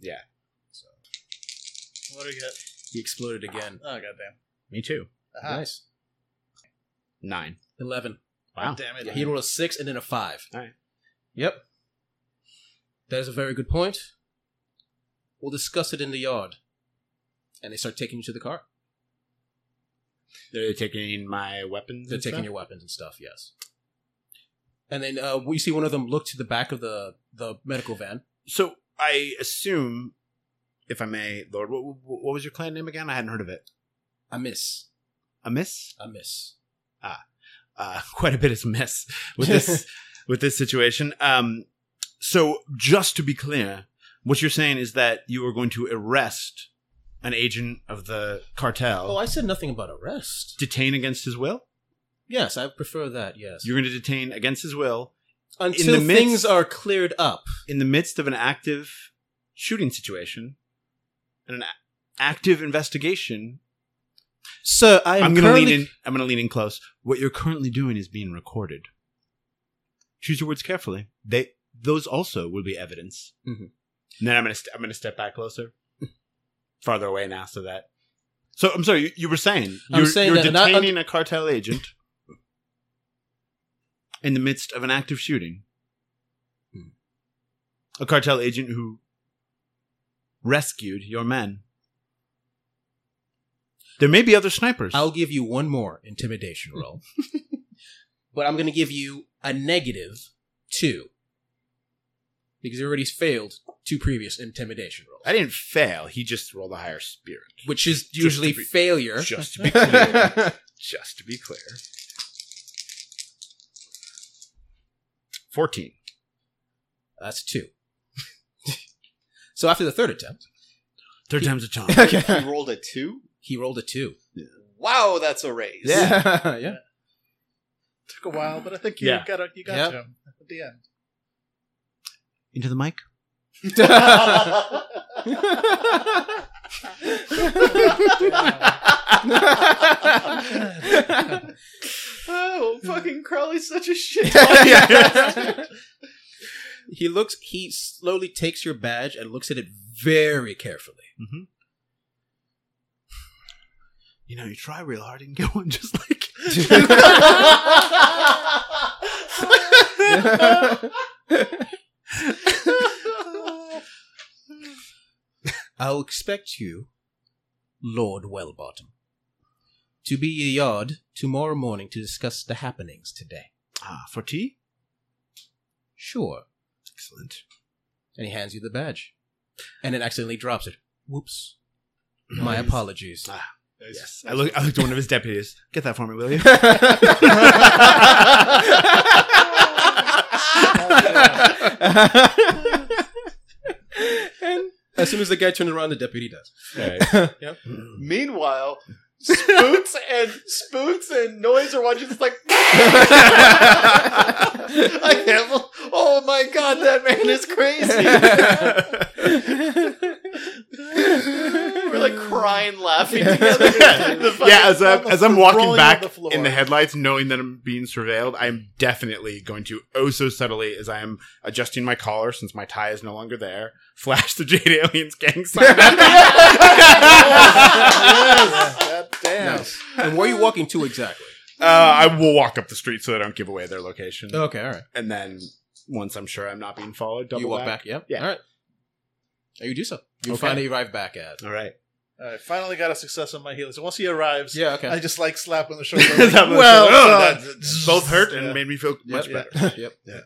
What do we get? He exploded again. Oh goddamn! Me too. Aha. Nice. Nine. Eleven. Wow. Damn it! Yeah, he rolled a six and then a five. Alright. Yep. That is a very good point. We'll discuss it in the yard. And they start taking you to the car. They're taking my weapons. They're taking your weapons and stuff, yes. And then uh, we see one of them look to the back of the, the medical van. So I assume, if I may, Lord, what, what what was your clan name again? I hadn't heard of it. A miss. Amiss. A miss. Uh, *laughs* quite a bit is miss *laughs* with this with this situation. Um, so just to be clear, what you're saying is that you are going to arrest an agent of the cartel, Oh, I said nothing about arrest. detain against his will. Yes, I prefer that, yes. You're going to detain against his will Until in the midst- things are cleared up. in the midst of an active shooting situation and an a- active investigation. Sir, I am I'm, gonna lean currently- in. I'm gonna lean in close. What you're currently doing is being recorded. Choose your words carefully. They those also will be evidence. Mhm. And then I'm gonna st- I'm gonna step back closer, *laughs* farther away now, so that. So I'm sorry. You, you were saying I'm you're, saying you're that- not- detaining a cartel agent in the midst of an active shooting. Hmm. A cartel agent who rescued your men. There may be other snipers. I'll give you one more intimidation *laughs* roll. but I'm going to give you a negative two. Because you already failed two previous intimidation rolls, I didn't fail. He just rolled a higher spirit. which is usually to be- failure. Just to be *laughs* clear. just to be clear. 14. That's two. *laughs* so after the third attempt, Third time's a charm. he rolled a two. he rolled a two. Wow, that's a raise. Yeah, yeah. Took a while, but I think you Yeah. got a, you got Yeah. to him at the end. *laughs* Into the mic. *laughs* *laughs* oh, fucking Crowley's such a shit. *laughs* he looks. He slowly takes your badge and looks at it very carefully. Mm-hmm. You know, you try real hard and get *laughs* one just like. *laughs* I'll expect you, Lord Wellbottom, to be a yard tomorrow morning to discuss the happenings today. ah, for tea? Sure. Excellent. And he hands you the badge. And then accidentally drops it. Whoops. My apologies. Yes. I look. I looked at one of his deputies. Get that for me, will you? and as soon as the guy turns around, the deputy does. Meanwhile, Spoots and Spoots and Noise are watching this like *laughs* I can't bel- Oh my god, that man is *laughs* crazy. We're like crying *laughs* laughing together. The fucking- *laughs* *laughs* yeah, *laughs* as I'm, as I'm walking rolling back on the floor. in the headlights, knowing that I'm being surveilled, I'm definitely going to, oh so subtly, as I am adjusting my collar since my tie is no longer there, *laughs* flash the Jade Aliens *laughs* gang sign. *laughs* uh, God damn. Nice. And where are you walking to exactly? I will walk up the street so I don't give away their location. Okay, all right. And then once I'm sure I'm not being followed, double Uh, you walk back. back. Yep. Yeah. All right. And you do so. You Okay. finally arrive back at *laughs* All right. I finally got a success on my healing. So once he arrives, Yeah, okay. I just like slap on the shoulder. like, That was- well, oh, done." that both hurt and *laughs* Yeah. made me feel much Yep, better. yep, *laughs* yep.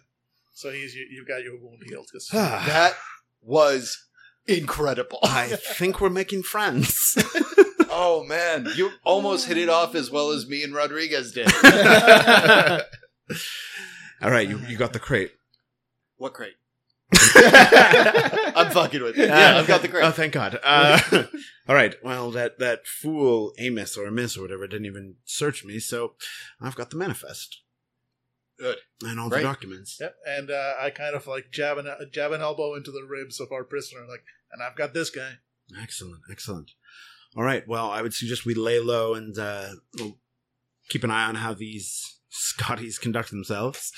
So he's you, you've got your wound healed. 'cause- *sighs* *sighs* *sighs* That was incredible. I think we're making friends. oh man, you almost hit it off as well as me and Rodriguez *laughs* did. All right, you, you got the crate. what *laughs* crate? I'm fucking with you. Yeah. *laughs* Yeah, I've got the crate. Oh, *laughs* thank God. Uh, *laughs* all right. Well, that, that fool Amos or Amiss or whatever didn't even search me, so I've got the manifest. Good. And all Great. the documents. Yep. And uh, I kind of like jab an jab an elbow into the ribs of our prisoner, like, and I've got this guy. Excellent. Excellent. All right. Well, I would suggest we lay low and uh, we'll keep an eye on how these *laughs* Scotties conduct themselves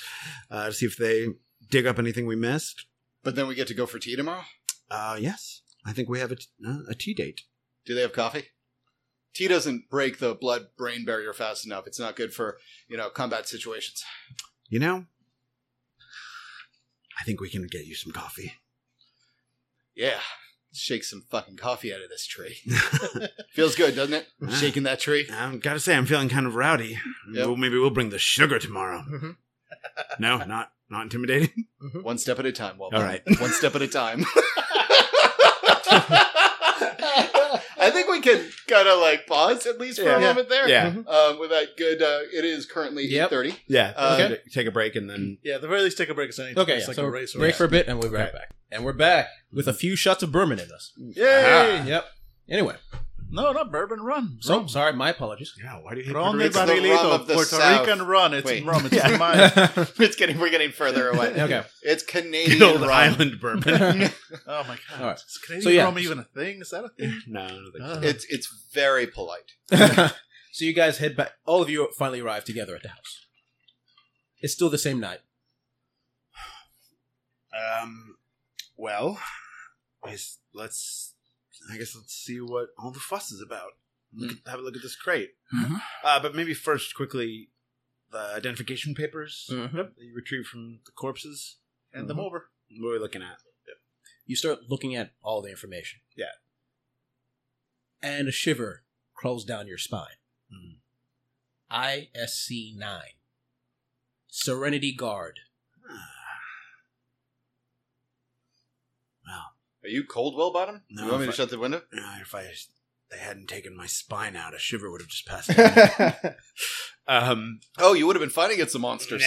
uh, to see if they dig up anything we missed. But then we get to go for tea tomorrow. Uh, yes. I think we have a, t- uh, a tea date. Do they have coffee? Tea doesn't break the blood brain barrier fast enough. It's not good for, you know, combat situations. You know? I think we can get you some coffee. Yeah. Shake some fucking coffee out of this *laughs* tree. *laughs* Feels good, doesn't it? Ah. Shaking that tree. I've got to say, I'm feeling kind of rowdy. Yep. Well, maybe we'll bring the sugar tomorrow. Mhm. *laughs* no, not not intimidating. One step at a time, well. All right. *laughs* One step at a *laughs* time. I think we can kind of like pause at least for Yeah. a moment there. Yeah. Um, with that good, uh, it is currently Yep. 8.30. *laughs* Yeah. Uh, t- Take a break and then. Yeah, at the very least, take a break. 'cause I need to Okay, piss yeah, like so a race break for a bit, and we're right back. And we're back with a few shots of Berman in us. Yay! Yep. Anyway, No, not bourbon rum. so sorry, my apologies. Yeah, why do you hate Ron Puerto de It's the rum Barrilito, of the Puerto South. Rican run. It's Wait. rum. *laughs* It's *laughs* yeah. mine. okay. It's getting, we're getting further away. *laughs* It's Canadian Good old rum. island bourbon. *laughs* Oh my god! All right. Is Canadian So, yeah. rum even a thing? Is that a thing? no, I don't think so. Uh, It's, it's very polite. so you guys head back. All of you finally arrive together at the house. It's still the same night. Uh. Um, well, is- let's. I guess let's see what all the fuss is about. Look Mm-hmm. at, have a look at this crate. Mhm. Uh, but maybe first, quickly, the identification papers Mm. Mhm. that you retrieved from the corpses. Hand Mm-hmm. them over. What are we looking at? You start looking at all the information. Yeah. And a shiver crawls down your spine. Hmm. Mhm. ISC 9. Serenity Guard. Are you Coldwell Bottom? No, you want me to if I- shut the window? Uh, if I they hadn't taken my spine out, a shiver would have just *laughs* passed. down. um, Oh, you would have been fighting against the monsters.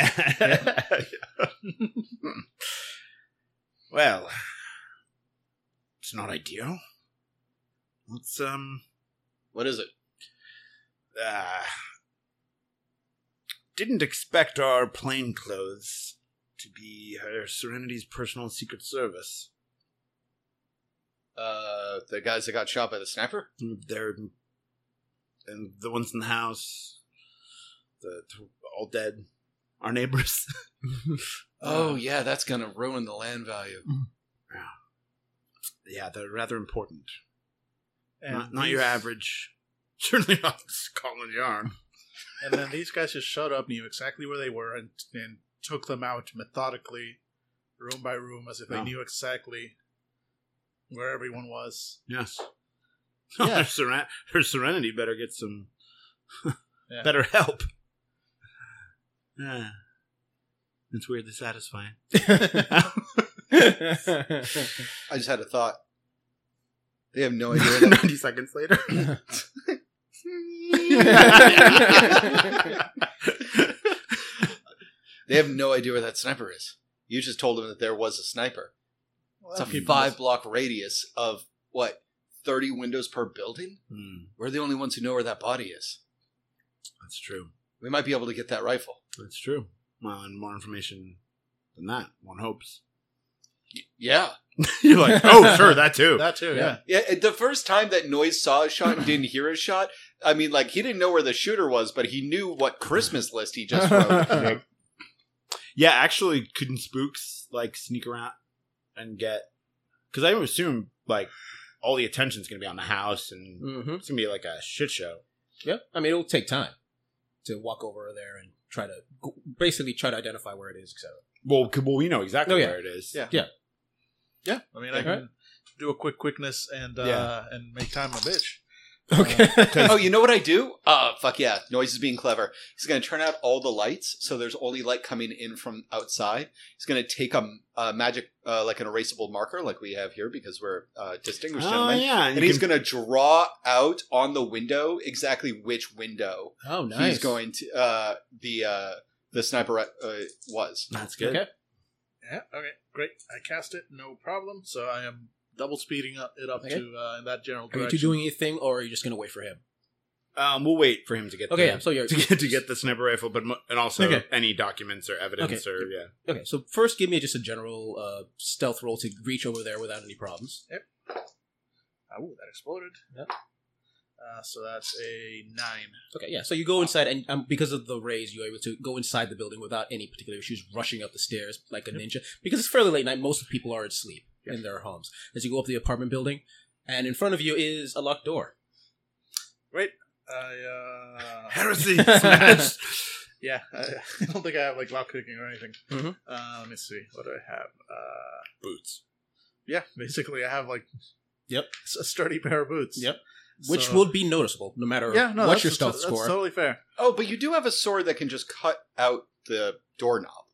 *laughs* well, it's not ideal. Let's um. What is it? Uh, didn't expect our plainclothes to be Her Serenity's personal secret service. Uh, the guys that got shot by the sniper? They're and the ones in the house, the, the all dead, our neighbors. *laughs* Oh, yeah, that's going to ruin the land value. yeah, they're rather important. And not, not your these- average. *laughs* Certainly not Scotland Yard. And then these guys just showed up, knew exactly where they were, and and took them out methodically, room by room, as if they Wow. knew exactly where everyone was. *laughs* Yes. Yeah. her, seren- her serenity better get some *laughs* Yeah. better help. Yeah. It's weirdly satisfying. I just had a thought. They have no *laughs* idea. That- 90 seconds later. they have no idea where that sniper is. You just told them that there was a sniper. Well, It's a people- five block radius of what, 30 windows per building? Hmm, We're the only ones who know where that body is. that's true. We might be able to get that rifle. That's true. Well, and more information than that, one hopes. *laughs* Y- yeah. You're like, oh, sure, that *laughs* too. That too, *laughs* yeah. Yeah, and the first time that Noise saw a shot and didn't hear a shot, I mean, like, he didn't know where the shooter was, but he knew what Christmas list he *laughs* *laughs* just wrote. Yeah, actually, couldn't spooks like sneak around and get? Because I would assume like all the attention's gonna be on the house, and hmm it's gonna be like a shit show. Yep. I mean, it'll take time to walk over there and try to basically try to identify where it is, etc. Well, c- well, we know exactly Oh, yeah. where it is. Yeah. I mean, I Okay. can do a quick quickness and uh, Yeah. and make time a bitch. oh, you know what I do? Uh, fuck yeah. Noise is being clever. He's going to turn out all the lights, so there's only light coming in from outside. He's going to take a, a magic, uh, like an erasable marker, like we have here, because we're uh, distinguished Oh gentlemen. yeah, And he's going to draw out on the window exactly which window Oh, he's going to uh, the uh, the sniper uh, was. *laughs* That's good. Okay. Yeah. Okay. Great. I cast it. No problem. So I am double speeding up it up Okay. to uh, in that general Are you direction. two doing anything, or are you just going to wait for him? Um, we'll wait for him to get Okay, the- yeah, so you're- *laughs* to get to get the sniper rifle, but mo- and also Okay. any documents or evidence Okay. or yeah. Okay, so first give me just a general uh, stealth roll to reach over there without any problems. Oh, that exploded. Yeah. Uh, so that's a nine. Okay, yeah. So you go inside, and um, because of the rays, you're able to go inside the building without any particular issues, rushing up the stairs like a ninja. Because it's fairly late night, most people are asleep in their homes. As you go up the apartment building, and in front of you is a locked door. *laughs* I uh, Heresy smash. yeah. I, *laughs* I don't think I have like lock picking or anything. Mhm. Uh, let me see. What do I have? Uh, Boots. yeah. Basically, I have like Yep. s- a sturdy pair of boots. Yep. Which So- will be noticeable no matter Yeah. No. what's that's- uh, your stealth that's score. Totally fair. Oh, but you do have a sword that can just cut out the doorknob.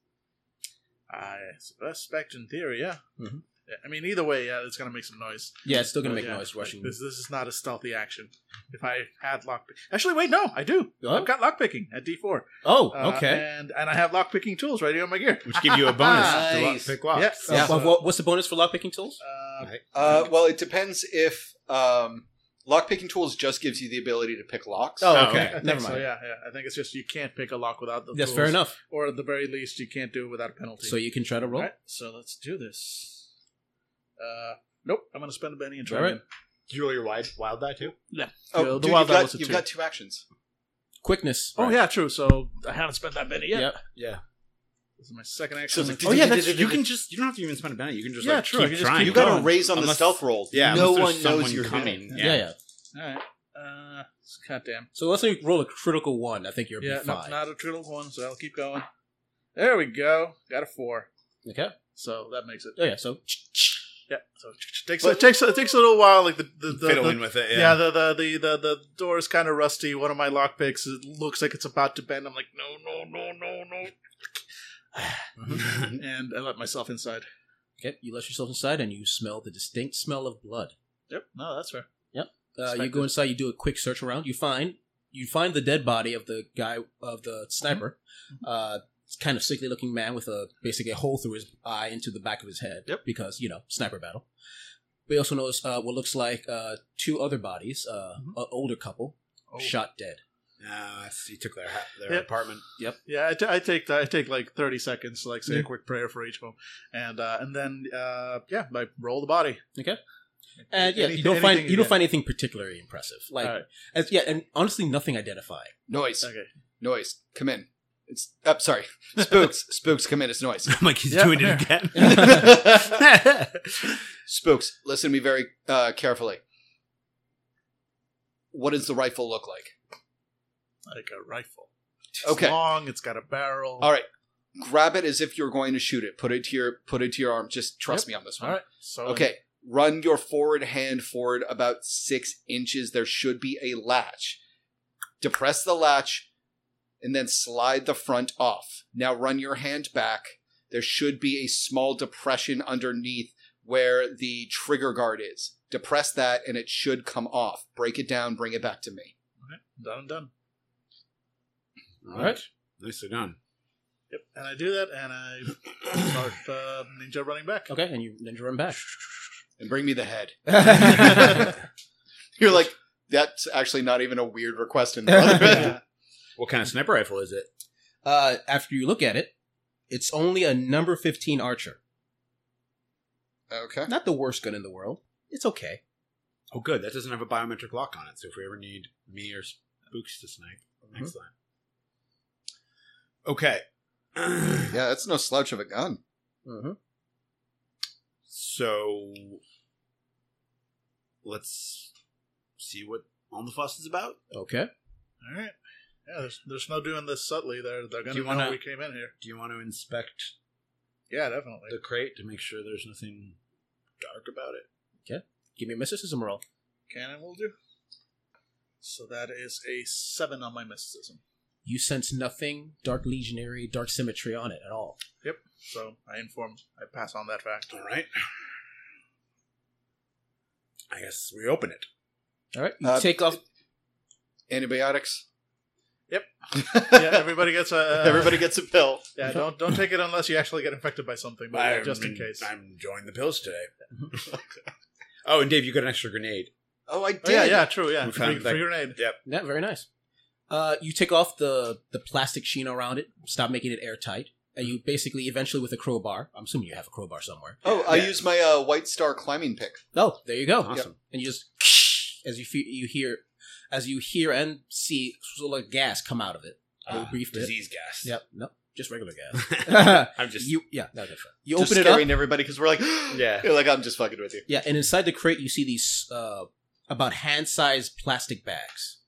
I suspect in theory. Yeah. Mhm. Yeah, I mean, either way, yeah, it's gonna make some noise. yeah, it's still gonna Uh, make yeah. noise rushing. This, this is not a stealthy action. If I had lockpick, actually, wait, no, I do. Oh. I've got lockpicking at D four. Oh, Uh, okay. and and I have lockpicking tools right here on my gear, Which give you a bonus to lock, Nice. pick locks. Yeah. Uh, Yeah. what- what- what's the bonus for lockpicking tools? Uh, Uh, well, it depends if um, lockpicking tools just gives you the ability to pick locks. Oh, I *laughs* okay. think Never so, mind. yeah, yeah. I think it's just you can't pick a lock without the. That's tools, fair enough. Or at the very least, you can't do it without a penalty. So you can try to roll. All right, so let's do this. Uh, nope. I'm gonna spend a penny and try. All right. again. Did you roll your wild, wild die too? Oh, the dude, wild you've, die got, was a you've two. got two actions. Quickness. Oh yeah, true. So I haven't spent that penny yet. Yep. This is my second So action. it's like, oh yeah, that's, you can just you don't have to even spend a benefit. You can just Yeah, like true, I keep can just trying. keep You got going. a raise on the Unless- stealth roll. yeah, no unless one there's knows someone you're coming. Doing it. Yeah, yeah. all right. Uh, goddamn. So let's say you roll a critical one. I think you're Yeah, be not, fine. not a triddle one, so I'll keep going. There we go. Got a four, Okay. so that makes it. Oh yeah. So Yeah, so it takes But- it takes it takes a little while. Like the the, the, Fiddling the- with it. yeah. the, the the the the door is kind of rusty. One of my lockpicks it looks like it's about to bend. I'm like, no, no, no, no, no, *laughs* and I let myself inside. okay, you let yourself inside and you smell the distinct smell of blood. Yep, no, that's fair. Uh, you Expected. go inside. You do a quick search around. You find you find the dead body of the guy of the sniper. Mm-hmm. Uh, it's kind of sickly looking man with a basically a hole through his eye into the back of his head. Yep. Because you know sniper battle. We also notice uh, what looks like uh, two other bodies. Uh, Mhm. An older couple Oh. shot dead. Uh, he took their ha- their Yeah. apartment. Yeah, I, t- I take that. I take like thirty seconds to like say Yeah. a quick prayer for each of them, and uh, and then uh, yeah, I roll the body. Okay. And yeah, Any- you don't find anything you don't can. find anything particularly impressive. Like All right. as, yeah, and honestly, nothing *laughs* identifying. Noise, okay. noise, come in. It's oh, sorry, *laughs* spooks, spooks, come in. It's *laughs* noise. I'm *laughs* like he's Yeah. doing it again. spooks, listen to me very uh, carefully. What does the rifle look like? Like a rifle. It's Okay. long. It's got a barrel. All right. Grab it as if you're going to shoot it. Put it to your put it to your arm. Just trust me on this one. All right. So Okay. Run your forward hand forward about six inches. There should be a latch. Depress the latch and then slide the front off. Now run your hand back. There should be a small depression underneath where the trigger guard is. Depress that and it should come off. Break it down, bring it back to me. done and done. All right, nicely done. Yep. And I do that, and I start uh, ninja running back. Okay, and you then you run *laughs* back. And bring me the head. yeah, You're like, that's actually not even a weird request in the other Yeah. What kind of sniper rifle is it? Uh, after you look at it, it's only a number fifteen archer. Okay. Not the worst gun in the world. It's okay. Oh, good. That doesn't have a biometric lock on it. So if we ever need me or Spooks to snipe, excellent. Okay. *clears throat* Yeah, that's no slouch of a gun. Mm-hmm. So let's see what all the fuss is about. Okay. All right. Yeah. There's, there's no doing this subtly. They're they're gonna you know wanna- we came in here. Do you want to inspect Yeah, definitely. the crate to make sure there's nothing dark about it? Give me a mysticism roll. Cannon will do. So that is a seven on my mysticism. You sense nothing dark legionary, dark symmetry on it at all. So I inform, I pass on that fact. All right. I guess we open it. All right, you Uh, take off. Antibiotics. Yep. *laughs* yeah, yeah, everybody gets a. uh, *laughs* everybody gets a pill. Yeah, don't don't take it unless you actually get infected by something, but yeah, just in I'm- case. I'm enjoying the pills today. *laughs* oh, and Dave, you got an extra grenade. Oh, I did. Oh, yeah, yeah, true. Yeah, We free, found that- free grenade. Yeah, very nice. Uh, you take off the the plastic sheen around it. Stop making it airtight. And you basically, eventually, with a crowbar. I'm assuming you have a crowbar somewhere. Oh, I Yeah. used my uh, White Star climbing pick. Oh, there you go. Awesome. And you just as you feel, you hear as you hear and see sort of like gas come out of it. A Ah, brief bit. disease gas. Yep. No, just regular *laughs* gas. I'm *laughs* just. you yeah. No, that's fine. You Just open it up. scaring everybody because we're like, *gasps* Yeah. You're like I'm just fucking with you. Yeah, and inside the crate you see these uh, about hand-sized plastic bags,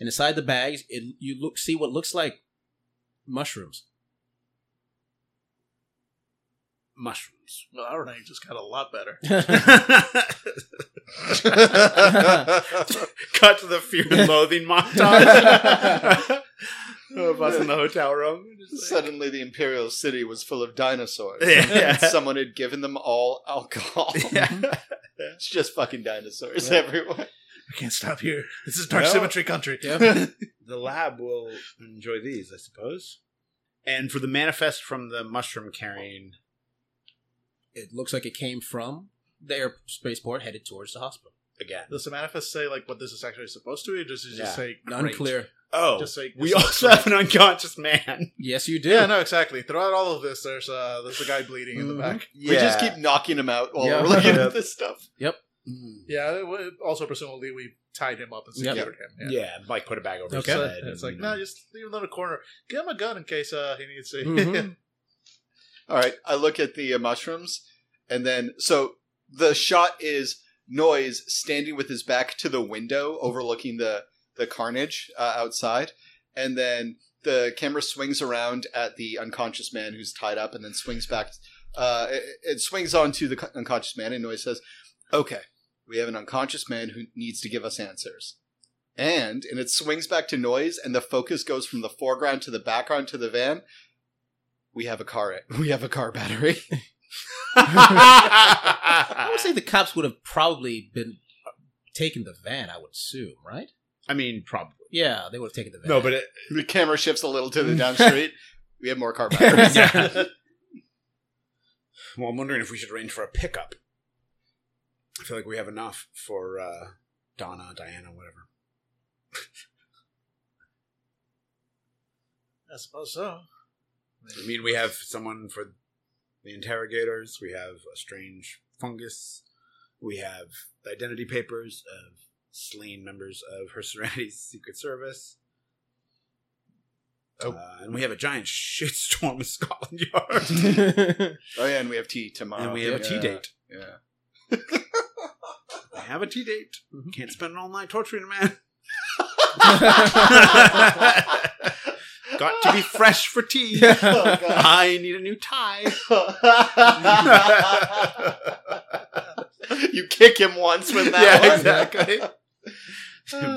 and inside the bags it, you look see what looks like mushrooms. *laughs* mushrooms. Well, all right, just got a lot better. *laughs* Cut to the fear *laughs* and loathing montage. Of us in the hotel room. Just like- Suddenly, the Imperial City was full of dinosaurs. Yeah. And Someone had given them all alcohol. Yeah. *laughs* It's just fucking dinosaurs Yeah. everywhere. we can't stop here. This is dark No. symmetry country. the lab will enjoy these, I suppose. And for the manifest from the mushroom carrying, It looks like it came from the air spaceport headed towards the hospital. again. Does the manifest say like what this is actually supposed to be, or does it just Yeah. say great? Unclear. Oh, Just say we also have an unconscious man. Yes, you did. yeah, no, exactly. Throughout all of this, there's uh, there's a guy bleeding in Mm-hmm. the back. We just keep knocking them out while Yeah. we're looking Yeah. at this stuff. Mm. Yeah, it wa- also presumably we tied him up and Yep. secured Yeah. Mm-hmm. him. Yeah. Mike put a bag over Okay. his So head. it's like and- no, just leave him in the corner. Give him a gun in case uh, he needs to. Mm-hmm. Mhm. All right, I look at the uh, mushrooms, and then so the shot is noise standing with his back to the window, overlooking the the carnage uh, outside, and then the camera swings around at the unconscious man who's tied up, and then swings back. Uh, it, it swings onto the co- unconscious man, and noise says, "Okay, we have an unconscious man who needs to give us answers." And and it swings back to noise, and the focus goes from the foreground to the background to the van. We have a car. We have a car battery. *laughs* I would say the cops would have probably been taking the van. I would assume, right? I mean, probably. Yeah, they would have taken the van. No, *laughs* but *laughs* it, The camera shifts a little to the down street. We have more car batteries. well, I'm wondering if we should arrange for a pickup. I feel like we have enough for uh, Donna, Diana, whatever. *laughs* I suppose so. I mean, we have someone for the interrogators. We have a strange fungus. We have the identity papers of slain members of Her Serenity's *laughs* Secret Service. Oh. Uh, and we have a giant shitstorm *laughs* with Scotland Yard. oh yeah, and we have tea tomorrow. and we have a tea Yeah, date. Yeah. *laughs* I have a tea date. Mhm. Can't spend all night torturing a man. Got to be fresh for tea. *laughs* Oh, God. I need a new tie. you kick him once with that yeah, one. exactly.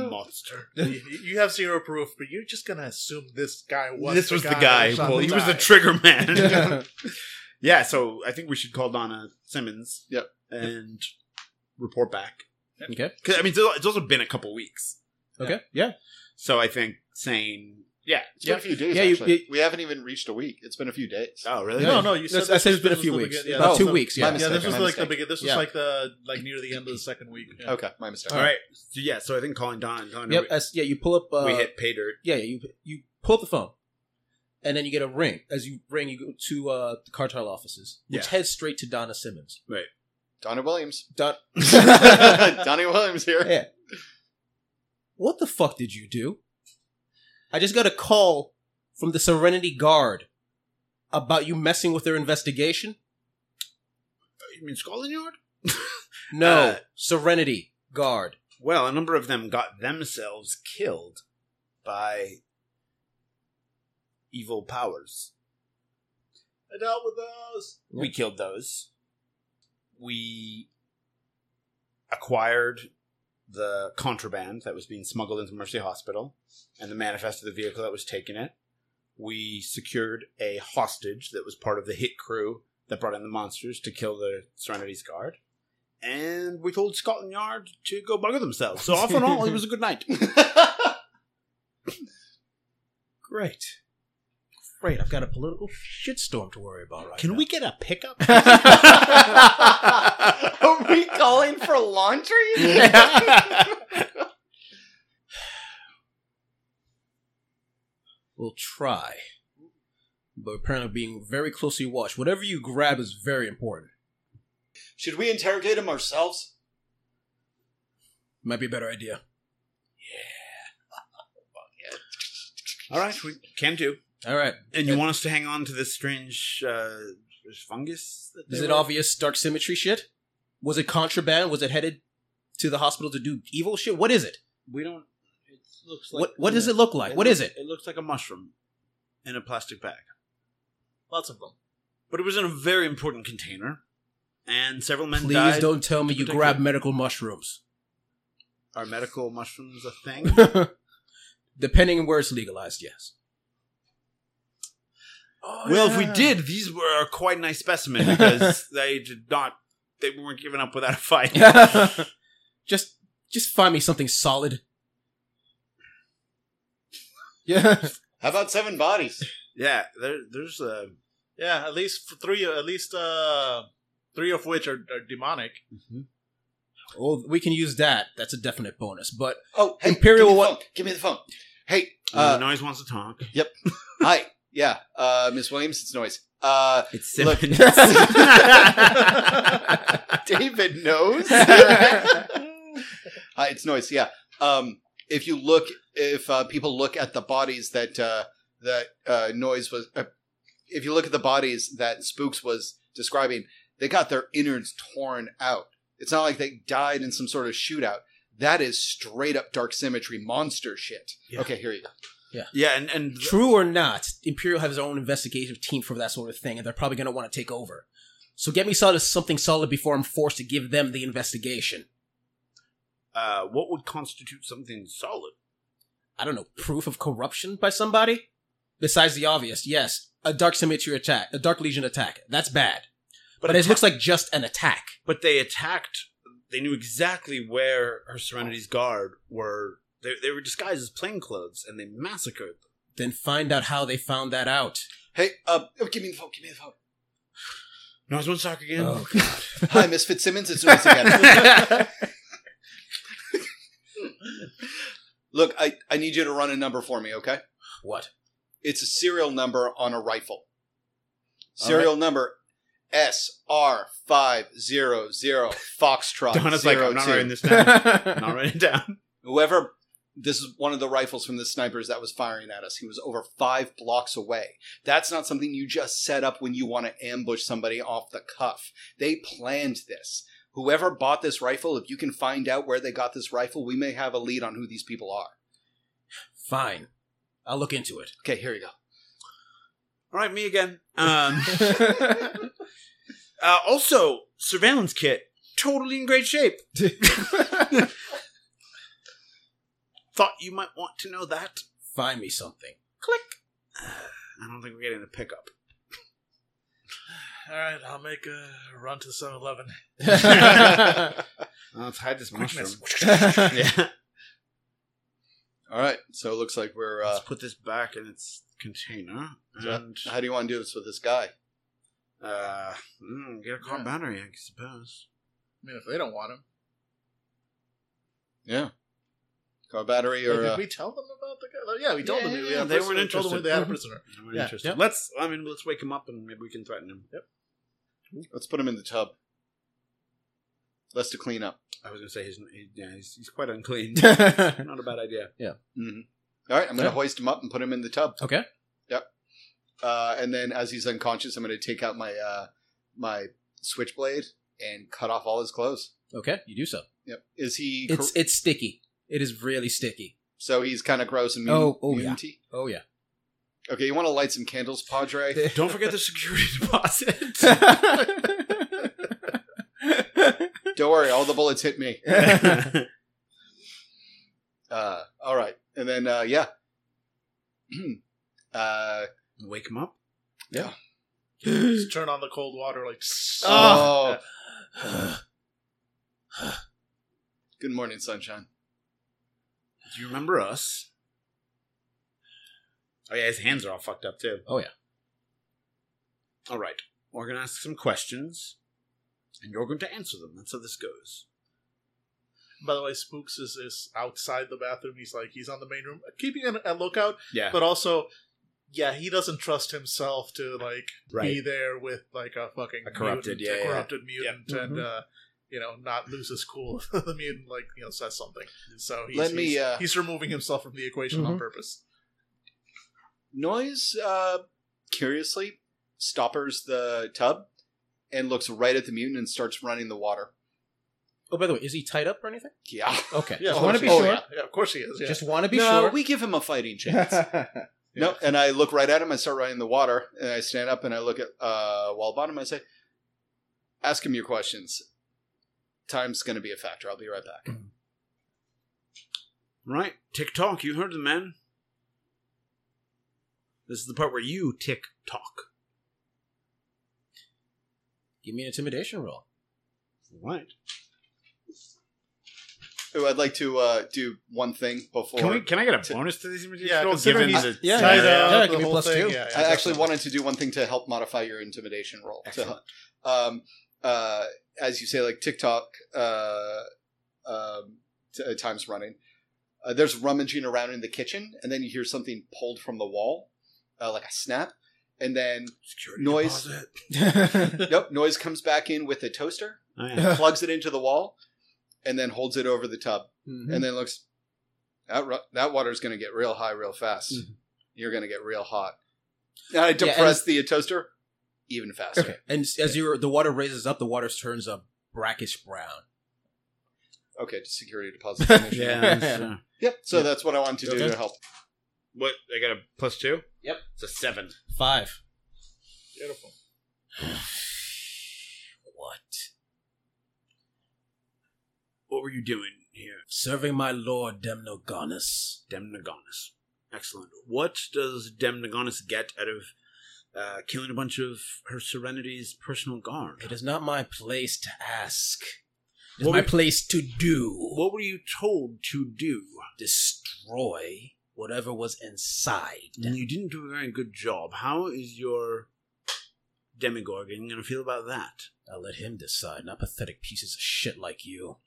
Monster. you, you have zero proof, but you're just gonna assume this guy was. this the was the guy guy. who shot Well, the he was the guy. trigger *laughs* man. *laughs* yeah, so I think we should call Donna Simmons. Yep. And report back. okay. 'Cause, I mean, it's- it's also been a couple weeks. Okay. Yeah. So I think saying, yeah. *laughs* It's been a few days. Yeah, you- actually. you- we haven't even reached a week. It's been a few days. Oh, really? No, no, you said That's- I this said was- it's been a this few was the weeks. begin- yeah, Oh, About this two was the- weeks. My Yeah. Yeah, this mistake, was my like the mistake. begin. This was Yeah. like the like near the end of the second week. Yeah. Oh, Okay, my mistake. All right. So, yeah, so I think calling Donna and telling her Yep. as- yeah. You pull up. Uh, we, we hit pay dirt. Yeah, you you pull up the phone, and then you get a ring. As you ring, you go to uh, the cartel offices, which Yeah. heads straight to Donna Simmons. Donna *laughs* Williams. *laughs* Don- Donnie Williams here. *laughs* Yeah. what the fuck did you do? I just got a call from the Serenity Guard about you messing with their investigation. You mean Scotland Yard? No, Uh, Serenity Guard. Well, a number of them got themselves killed by evil powers. I dealt with those. We killed those. We acquired the contraband that was being smuggled into Mercy Hospital and the manifest of the vehicle that was taking it. We secured a hostage that was part of the hit crew that brought in the monsters to kill the Serenity's guard. And we told Scotland Yard to go bugger themselves. So, off *laughs* and all, it was a good night. Great. Great. I've got a political shitstorm to worry about right now. Can we get a pickup? Are we calling for laundry? We'll try. But apparently being very closely watched. Whatever you grab is very important. Should we interrogate him ourselves? Might be a better idea. all right, we can do. All right. And you want us to hang on to this strange uh, fungus? that Is they it were- obvious dark symmetry shit? Was it contraband? Was it headed to the hospital to do evil shit? What is it? We don't. It looks like. What what does it look like? What is it? It looks like a mushroom in a plastic bag. Lots of them. But it was in a very important container, and several men Please died. don't tell me you protect grab it. medical mushrooms. Are medical mushrooms a *laughs* thing? Depending on where it's legalized, yes. Oh, well, if we did, these were a quite nice specimen *laughs* because they did not. They weren't given up without a fight. *laughs* just just find me something solid. Yeah. How about seven bodies? yeah, there, there's a. Yeah, at least f- three. At least uh, three of which are, are demonic. *laughs* Well, we can use that. That's a definite bonus. *laughs* But *laughs* Oh, hey, Imperial give me the what- phone. Give me the phone. Hey, Uh, *laughs* uh, noise wants to talk. hi. Yeah, uh, Miss Williams, it's noise. Uh, It's Look. David knows. Hi, it's noise. Yeah. Um, if you look, if uh, people look at the bodies that uh, that uh, noise was, uh, if you look at the bodies that Spooks was describing, they got their innards torn out. It's not like they died in some sort of shootout. That is straight up dark symmetry monster shit. Yeah. Okay, here you go. yeah, and and True or not, Imperial has their own investigative team for that sort of thing, and they're probably going to want to take over. So get me solid, something solid before I'm forced to give them the investigation. uh, what would constitute something solid? I don't know, proof of corruption by somebody? Besides the obvious, yes, a Dark Symmetry attack, a Dark Legion attack. That's bad. But, it looks like just an attack. but they attacked they knew exactly where her serenity's guard were they, they were disguised as plainclothes and they massacred them Then find out how they found that out. Hey, uh, oh, give me the phone. Give me the phone. no one's sock again *laughs* Oh, Hi, Miss Fitzsimmons. It's *laughs* nice *laughs* again. Look, I, I need you to run a number for me, okay? *laughs* What? It's a serial number on a rifle. Serial number SR500 Foxtrot. donna's like i'm not 02." writing this *laughs* down not writing it down Whoever, this is one of the rifles from the snipers that was firing at us. He was over five blocks away. That's not something you just set up when you want to ambush somebody off the cuff. They planned this. Whoever bought this rifle, if you can find out where they got this rifle, we may have a lead on who these people are. Fine. I'll look into it. Okay, here you go. all right me again um, *laughs* uh, also surveillance kit totally in great *laughs* shape thought you might want to know that Find me something. i don't think we're getting a pickup All right, I'll make a run to *laughs* 7-Eleven. Uh, let's hide this Quickness. mushroom. *laughs* yeah All right, so it looks like we're. Uh, Let's put this back in its container Yeah. and how do you want to do this with this guy? uh, mm, get a car battery, I suppose. I mean, if they don't want him, Yeah. Car battery did or. Uh, we tell them about the guy? Like, yeah, *laughs* we told Yeah, them. yeah, we had a they prisoner- weren't told them interested. they had a Mhm. prisoner. *laughs* Really Yeah, interesting. yep. Let's. I mean, let's wake him up and maybe we can threaten him. let's put him in the tub. Less to clean up. I was gonna say he's he, yeah, he's, he's *laughs* quite unclean. *laughs* Not a bad idea. hmm All right, I'm going to Yeah. hoist him up and put him in the tub. Okay. Yep. Uh, and then as he's unconscious, I'm going to take out my uh, my switchblade and cut off all his clothes. okay, you do so. Yep. Is he? It's cor- it's sticky. It is really sticky. so he's kind of gross and mean. Oh, oh, yeah. immunity? *laughs* Oh yeah. Okay, you want to light some candles, Padre? *laughs* Don't forget the security deposit. Don't worry, all the bullets hit me. yeah. Uh, all right, and then uh, yeah, *clears throat* uh, Wake him up. Just turn on the cold water, like. oh, good morning, sunshine. Do you remember us? Oh yeah, his hands are all fucked up too. Oh, yeah. All right, we're gonna ask some questions, and you're going to answer them. That's how this goes. By the way, Spooks is, is outside the bathroom. He's like he's on the main room, keeping an, a lookout, Yeah, but also, yeah, he doesn't trust himself to like be right. there with like a fucking A corrupted, mutant, yeah, a yeah. corrupted mutant, Yep. Mm-hmm. and uh, you know, not lose his cool. *laughs* if the mutant like you know says something, so he's, Let me, he's, uh, Mm-hmm. he's removing himself from the equation on purpose. Noise uh, curiously stoppers the tub and looks right at the mutant and starts running the water. Oh, by the way, is he tied up or anything? Yeah, Okay. Yeah, Just of want course to be he is. sure. Yeah, yeah, of course he is. Yeah. Just want to be no, sure. *laughs* we give him a fighting chance. No, and I look right at him. I start running the water, and I stand up and I look at uh, Wall Bottom. I say, "Ask him your questions. Time's going to be a factor. I'll be right back." Right. Tick tock. You heard the man. This is the part where you tick tock. Give me an intimidation roll. What? Ooh, I'd like to uh, do one thing before. Can we? Can I get a Ti- bonus to this? intimidation Yeah, roll, considering given he's the- yeah, tied yeah. up, Yeah, the give me whole plus thing. two. Yeah, yeah, I actually definitely. wanted to do one thing to help modify your intimidation roll. To- Excellent. um, uh, as you say, like TikTok uh, um, t- uh, times running. Uh, there's rummaging around in the kitchen, and then you hear something pulled from the wall, uh, like a snap, and then Security Noise. deposit. *laughs* Mm-hmm. nope, noise comes back in with a toaster, Oh, yeah. plugs it into the wall, and then holds it over the tub, and then looks. That ru- that water's going to get real high real fast. You're going to get real hot. And I depress the toaster even faster. Okay. And s- as your the water raises up, the water turns a brackish brown. Okay, security deposit. donation. *laughs* Yeah, that's, uh, Yep. So that's what I wanted to do Okay. to help. *laughs* What? I got a plus two? Yep. It's a seven. Five. Beautiful. *sighs* What? what were you doing here? Serving my lord Demnogonus. Demnogonus. Excellent. What does Demnogonus get out of uh, killing a bunch of her Serenity's personal It guard? is not my place to ask. It is What my we- place to do. What were you told to do? Destroy whatever was inside. And you didn't do a very good job. How is your Demigorgon going to feel about that? I'll let him decide, not pathetic pieces of shit like you.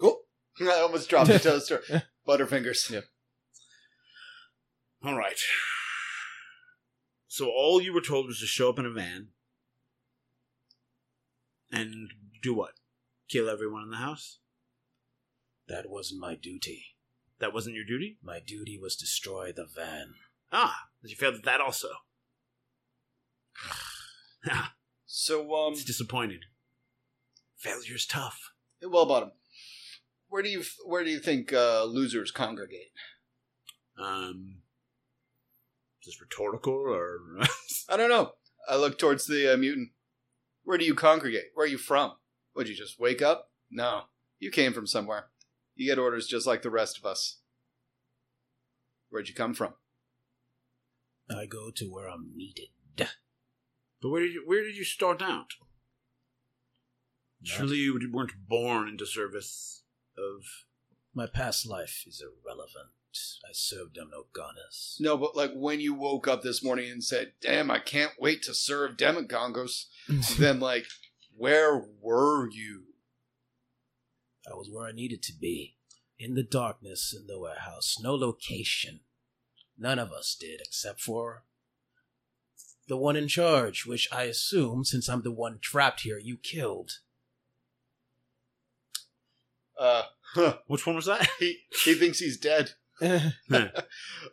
Cool. I almost dropped the toaster. Butterfingers. All right. So all you were told was to show up in a van and do what? Kill everyone in the house? That wasn't my duty. That wasn't your duty? My duty was destroy the van. Ah, you failed at that also. *sighs* Ah, So, um, It's disappointing. Failure's tough. well, bottom. Where do you where do you think uh, losers congregate? Um, is this rhetorical or uh, I don't know. I look towards the uh, mutant. Where do you congregate? Where are you from? Would you just wake up? No, you came from somewhere. You get orders just like the rest of us. Where'd you come from? I go to where I'm needed. but where did you where did you start out? Not- Surely you weren't born into service of My past life is irrelevant. I served *laughs* Demnogonus. No, but like when you woke up this morning and said, "Damn, I can't wait to serve Demogongos," then like, where were you? I was where I needed to be. In the darkness, in the warehouse. No location. None of us did, except for the one in charge, which I assume, since I'm the one trapped here, you killed. Uh, which one was that? *laughs* he he thinks he's dead. I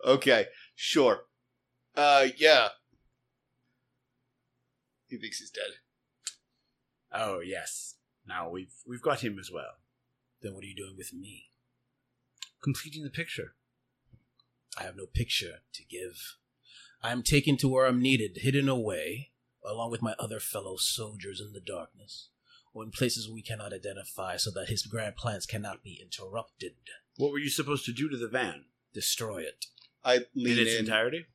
Okay, sure. Uh, yeah. He thinks he's dead. oh yes. Now we've we've got him as well. Then what are you doing with me? Completing the picture. have no picture to give. I am taken to where I'm needed, hidden away, along with my other fellow soldiers in the darkness, or in places we cannot identify, so that his grand plans cannot be interrupted. What were you supposed to do to the van Destroy it. I lean in its in. entirety?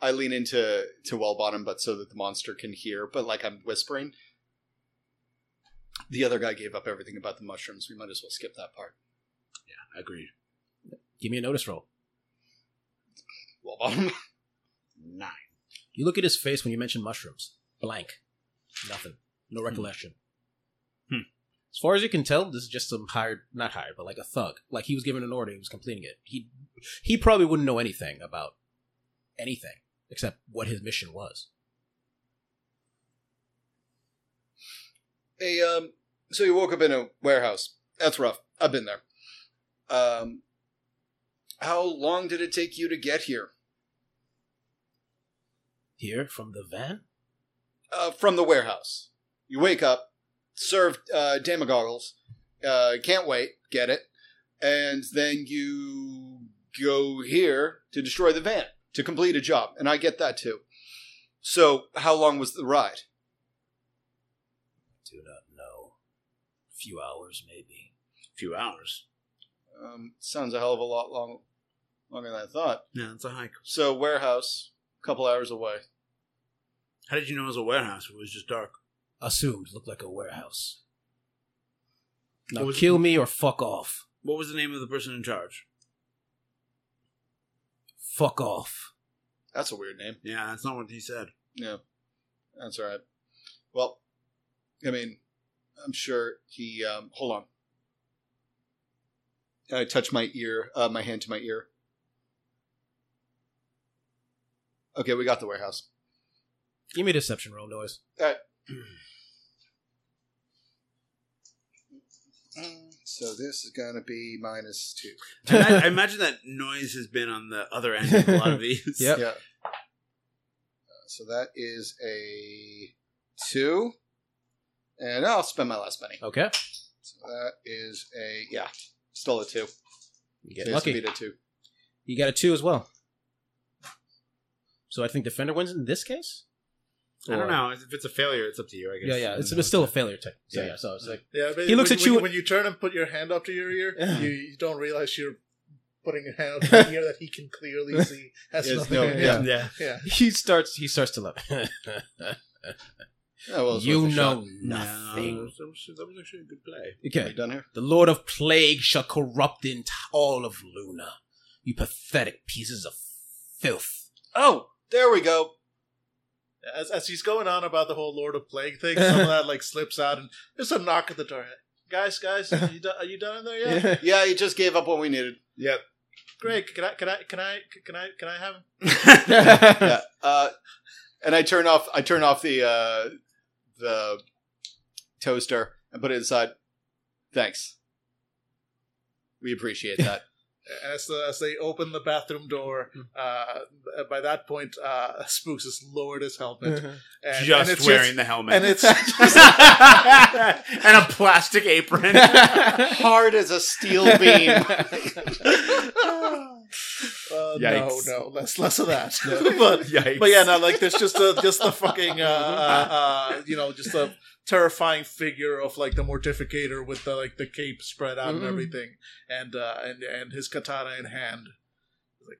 I lean into to well bottom, but so that the monster can hear. But like I'm whispering. The other guy gave up everything about the mushrooms. We might as well skip that part. Agreed. Give me a notice roll. Well bottom. *laughs* Nine. You look at his face when you mention mushrooms. Blank. Nothing. No recollection. Hmm. As far as you can tell, this is just some hired, not hired, but like a thug. Like he was given an order, he was completing it. He, he probably wouldn't know anything about anything except what his mission was. Hey, um, so you woke up in a warehouse. That's rough. I've been there. Um, how long did it take you to get here? Here from the van, Uh, from the warehouse. You wake up, serve uh, demagoggles, uh, can't wait, get it, and then you go here to destroy the van to complete a job, and I get that too. So, how long was the ride? do not know. A few hours, maybe. few hours. Um, sounds a hell of a lot long, longer than I thought. No, it's a hike. So, warehouse, a couple hours away. How did you know it was a warehouse? It was just dark. Assumed looked like a warehouse. Now What was- kill me or fuck off. What was the name of the person in charge? Fuck off. That's a weird name. Yeah, that's not what he said. Yeah, that's all right. Well, I mean, I'm sure he. Um, hold on. I touch my ear, uh, my hand to my ear. Okay, we got the warehouse. Give me a deception roll, noise. Mm, So this is gonna be minus two. I, *laughs* ma- I imagine that noise has been on the other end of a *laughs* lot of these. Yep. Yeah. Uh, so that is a two, and I'll spend my last penny. Okay. So that is a yeah, still a two. You get Yes, lucky. beat a two. You got a two as well. So I think defender wins in this case. I don't Or- know. If it's a failure, it's up to you, I Yeah, guess. yeah. It's, it's still a failure tech. So yeah. Yeah. So it's like *laughs* Yeah, but He looks when, at you- when, when you turn and put your hand up to your ear. Yeah. You, you don't realize you're putting your *laughs* hand up to your ear that he can clearly see. Has Yes, nothing. no, yeah. yeah. Yeah. yeah. he starts. He starts to love. Yeah, well, *laughs* it's you worth a shot. know nothing. that, was, that was actually a good play. Are you Okay. done here? The Lord of Plague shall corrupt the ent- all of Luna. You pathetic pieces of filth. Oh, there we go. As, as he's going on about the whole Lord of Plague thing, *laughs* some of that like slips out, and there's a knock at the door. *laughs* Guys, guys, are you, do- are you done in there yet? Yeah, he just gave up what we needed. Greg, can I, can I, can I, can I, can I have? yeah. Uh, and I turn off. I turn off the uh, the toaster and put it inside. Thanks. We appreciate *laughs* that. As uh, as they open the bathroom door, Hmm. uh, by that point, uh, Spooks has lowered his *laughs* helmet, and, just and it's wearing just, the helmet. and it's just, and a *laughs* plastic apron. Hard as a steel beam. *laughs* Uh, no, Yikes. no, less less of that. *laughs* but Yikes. But yeah, no, like there's just a just the fucking *laughs* uh, uh, uh, you know just a terrifying figure of like the mortificator with the like the cape spread out and Mm-hmm. Mhm. everything, and uh, and and his katana in hand. Like,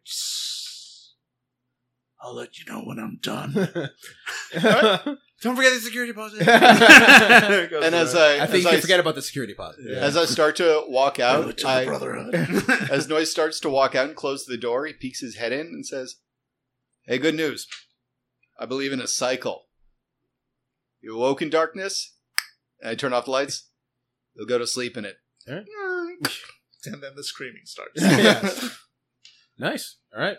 I'll let you know when I'm *laughs* done. *laughs* Don't forget the security deposit. and and as I, I think as you I, can forget about the security deposit. Yeah. as I start to walk out, to the *laughs* I, brotherhood. *laughs* as Noise starts to walk out and close the door, he peeks his head in and says, "Hey, good news. I believe in a cycle. You awoke in darkness, and I turn off the lights. You'll go to sleep in it." and then the screaming starts. *laughs* *laughs* Nice. All right.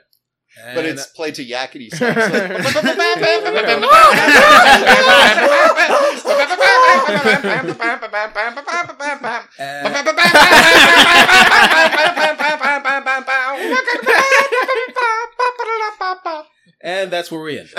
But And- uh, it's played to *laughs* yakety sax. and- *laughs* and that's where we end.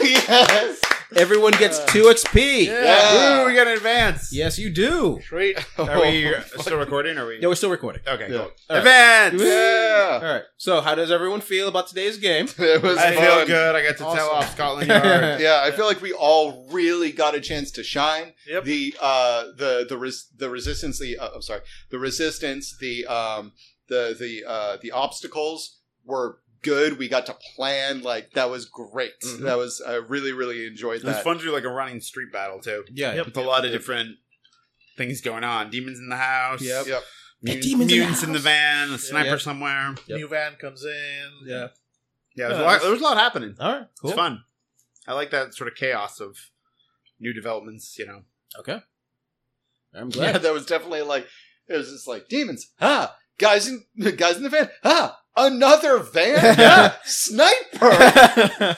yes. Everyone gets two XP. Yeah. Ooh, we got an advance. Yes, you do. Great. Are we still recording? Are we? Yeah, we're still recording. Okay. Cool. Yeah. All right. Advance. All Yeah. right. So, how does everyone feel about today's game? It was I fun. feel good. I got to tell Awesome. off Scotland Yard. Yeah, I feel like we all really got a chance to shine. Yep. The uh the the res- the resistance the uh, I'm sorry. The resistance, the um the the uh the obstacles were good. We got to plan like that was great. Mhm. That was I really really enjoyed It was that. fun to do like a running street battle too. Yeah. With a lot of different things going on. Demons in the house. Yep. Yep. Mut- demons in the mutants in the, house. van. A sniper Yep. somewhere. Yep. New van comes in. Yeah. Yeah. There was, a Yeah, lot, that's- there was a lot happening. All right. Cool. It's fun. I like that sort of chaos of new developments. You know. *laughs* Okay. I'm glad. *laughs* *laughs* Yeah, that was definitely like it was just like demons. Ah, guys in *laughs* guys in the van. Ah, another van. Ah, *laughs* sniper.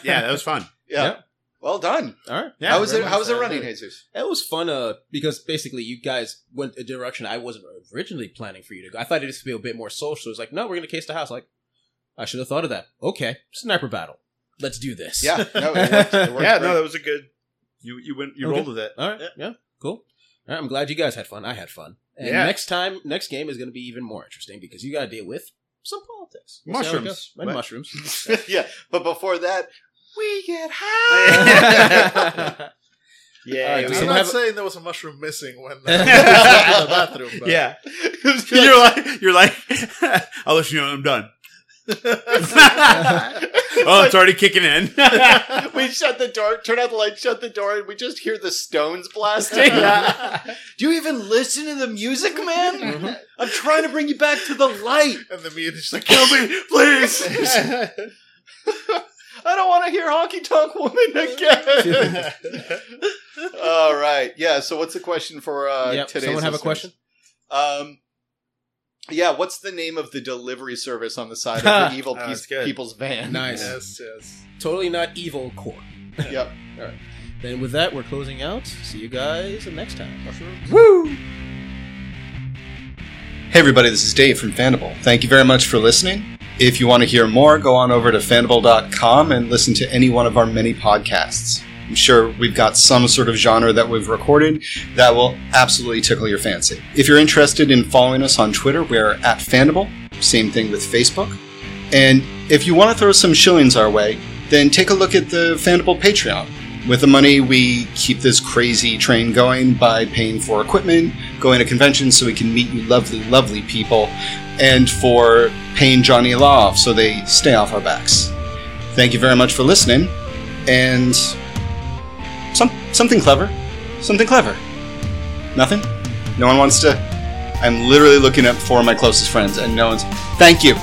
Yeah, that was fun. Yeah. Yeah. Well done. All right. Yeah, how was very it? much How was it so. running, Jesus? It was fun, uh, because basically you guys went a direction I wasn't originally planning for you to go. I thought it'd just be a bit more social. It's like, no, we're gonna case the house. Like, I should have thought of that. Okay, sniper battle. Let's do this. Yeah, *laughs* no, it worked. It worked Yeah, great. no, that was a good. You you went you Okay. rolled with it. *laughs* *laughs* All right. Yeah. Yeah. Cool. All right. I'm glad you guys had fun. I had fun. And Yeah. next time, next game is going to be even more interesting because you got to deal with some politics, We'll see how it Mushrooms. goes. and What? *laughs* mushrooms. *laughs* *laughs* yeah, but before that, we get *laughs* high. yeah. Yeah, Alright, it was- so- someone I'm not have a- saying there was a mushroom *laughs* missing when uh, in the bathroom. But yeah. *laughs* you're like you're like *laughs* I'll let you know when I'm *laughs* done. oh, it's already kicking *laughs* in. *laughs* we shut the door, turn out the light, shut the door, and we just hear the stones *laughs* blasting. Do you even listen to the music, man? I'm trying to bring you back to the light. *laughs* and the meat is just like Kill me, please. *laughs* I don't want to hear Honky *laughs* Tonk *laughs* Woman again. All right. Yeah. So, what's the question for uh, Yep. today's? Someone have a listeners? question? Um, yeah. What's the name of the delivery service on *laughs* the side of the evil Oh, piece, that's good. people's van? *laughs* Nice. yes, yes. Totally not evil core. Yep. Then with that, we're closing out. See you guys next time. Hey everybody, this is Dave from Fandible. Thank you very much for listening. If you want to hear more, go on over to fandible.com and listen to any one of our many podcasts. I'm sure we've got some sort of genre that we've recorded that will absolutely tickle your fancy. If you're interested in following us on Twitter, we're at Fandible, same thing with Facebook. And if you want to throw some shillings our way, then take a look at the Fandible Patreon. With the money, we keep this crazy train going by paying for equipment, going to conventions so we can meet you lovely, lovely people, and for paying Johnny and Law off so they stay off our backs. Thank you very much for listening, and some, something clever. Something clever. Nothing? No one wants to. I'm literally looking up for my closest friends, and no one's. Thank you!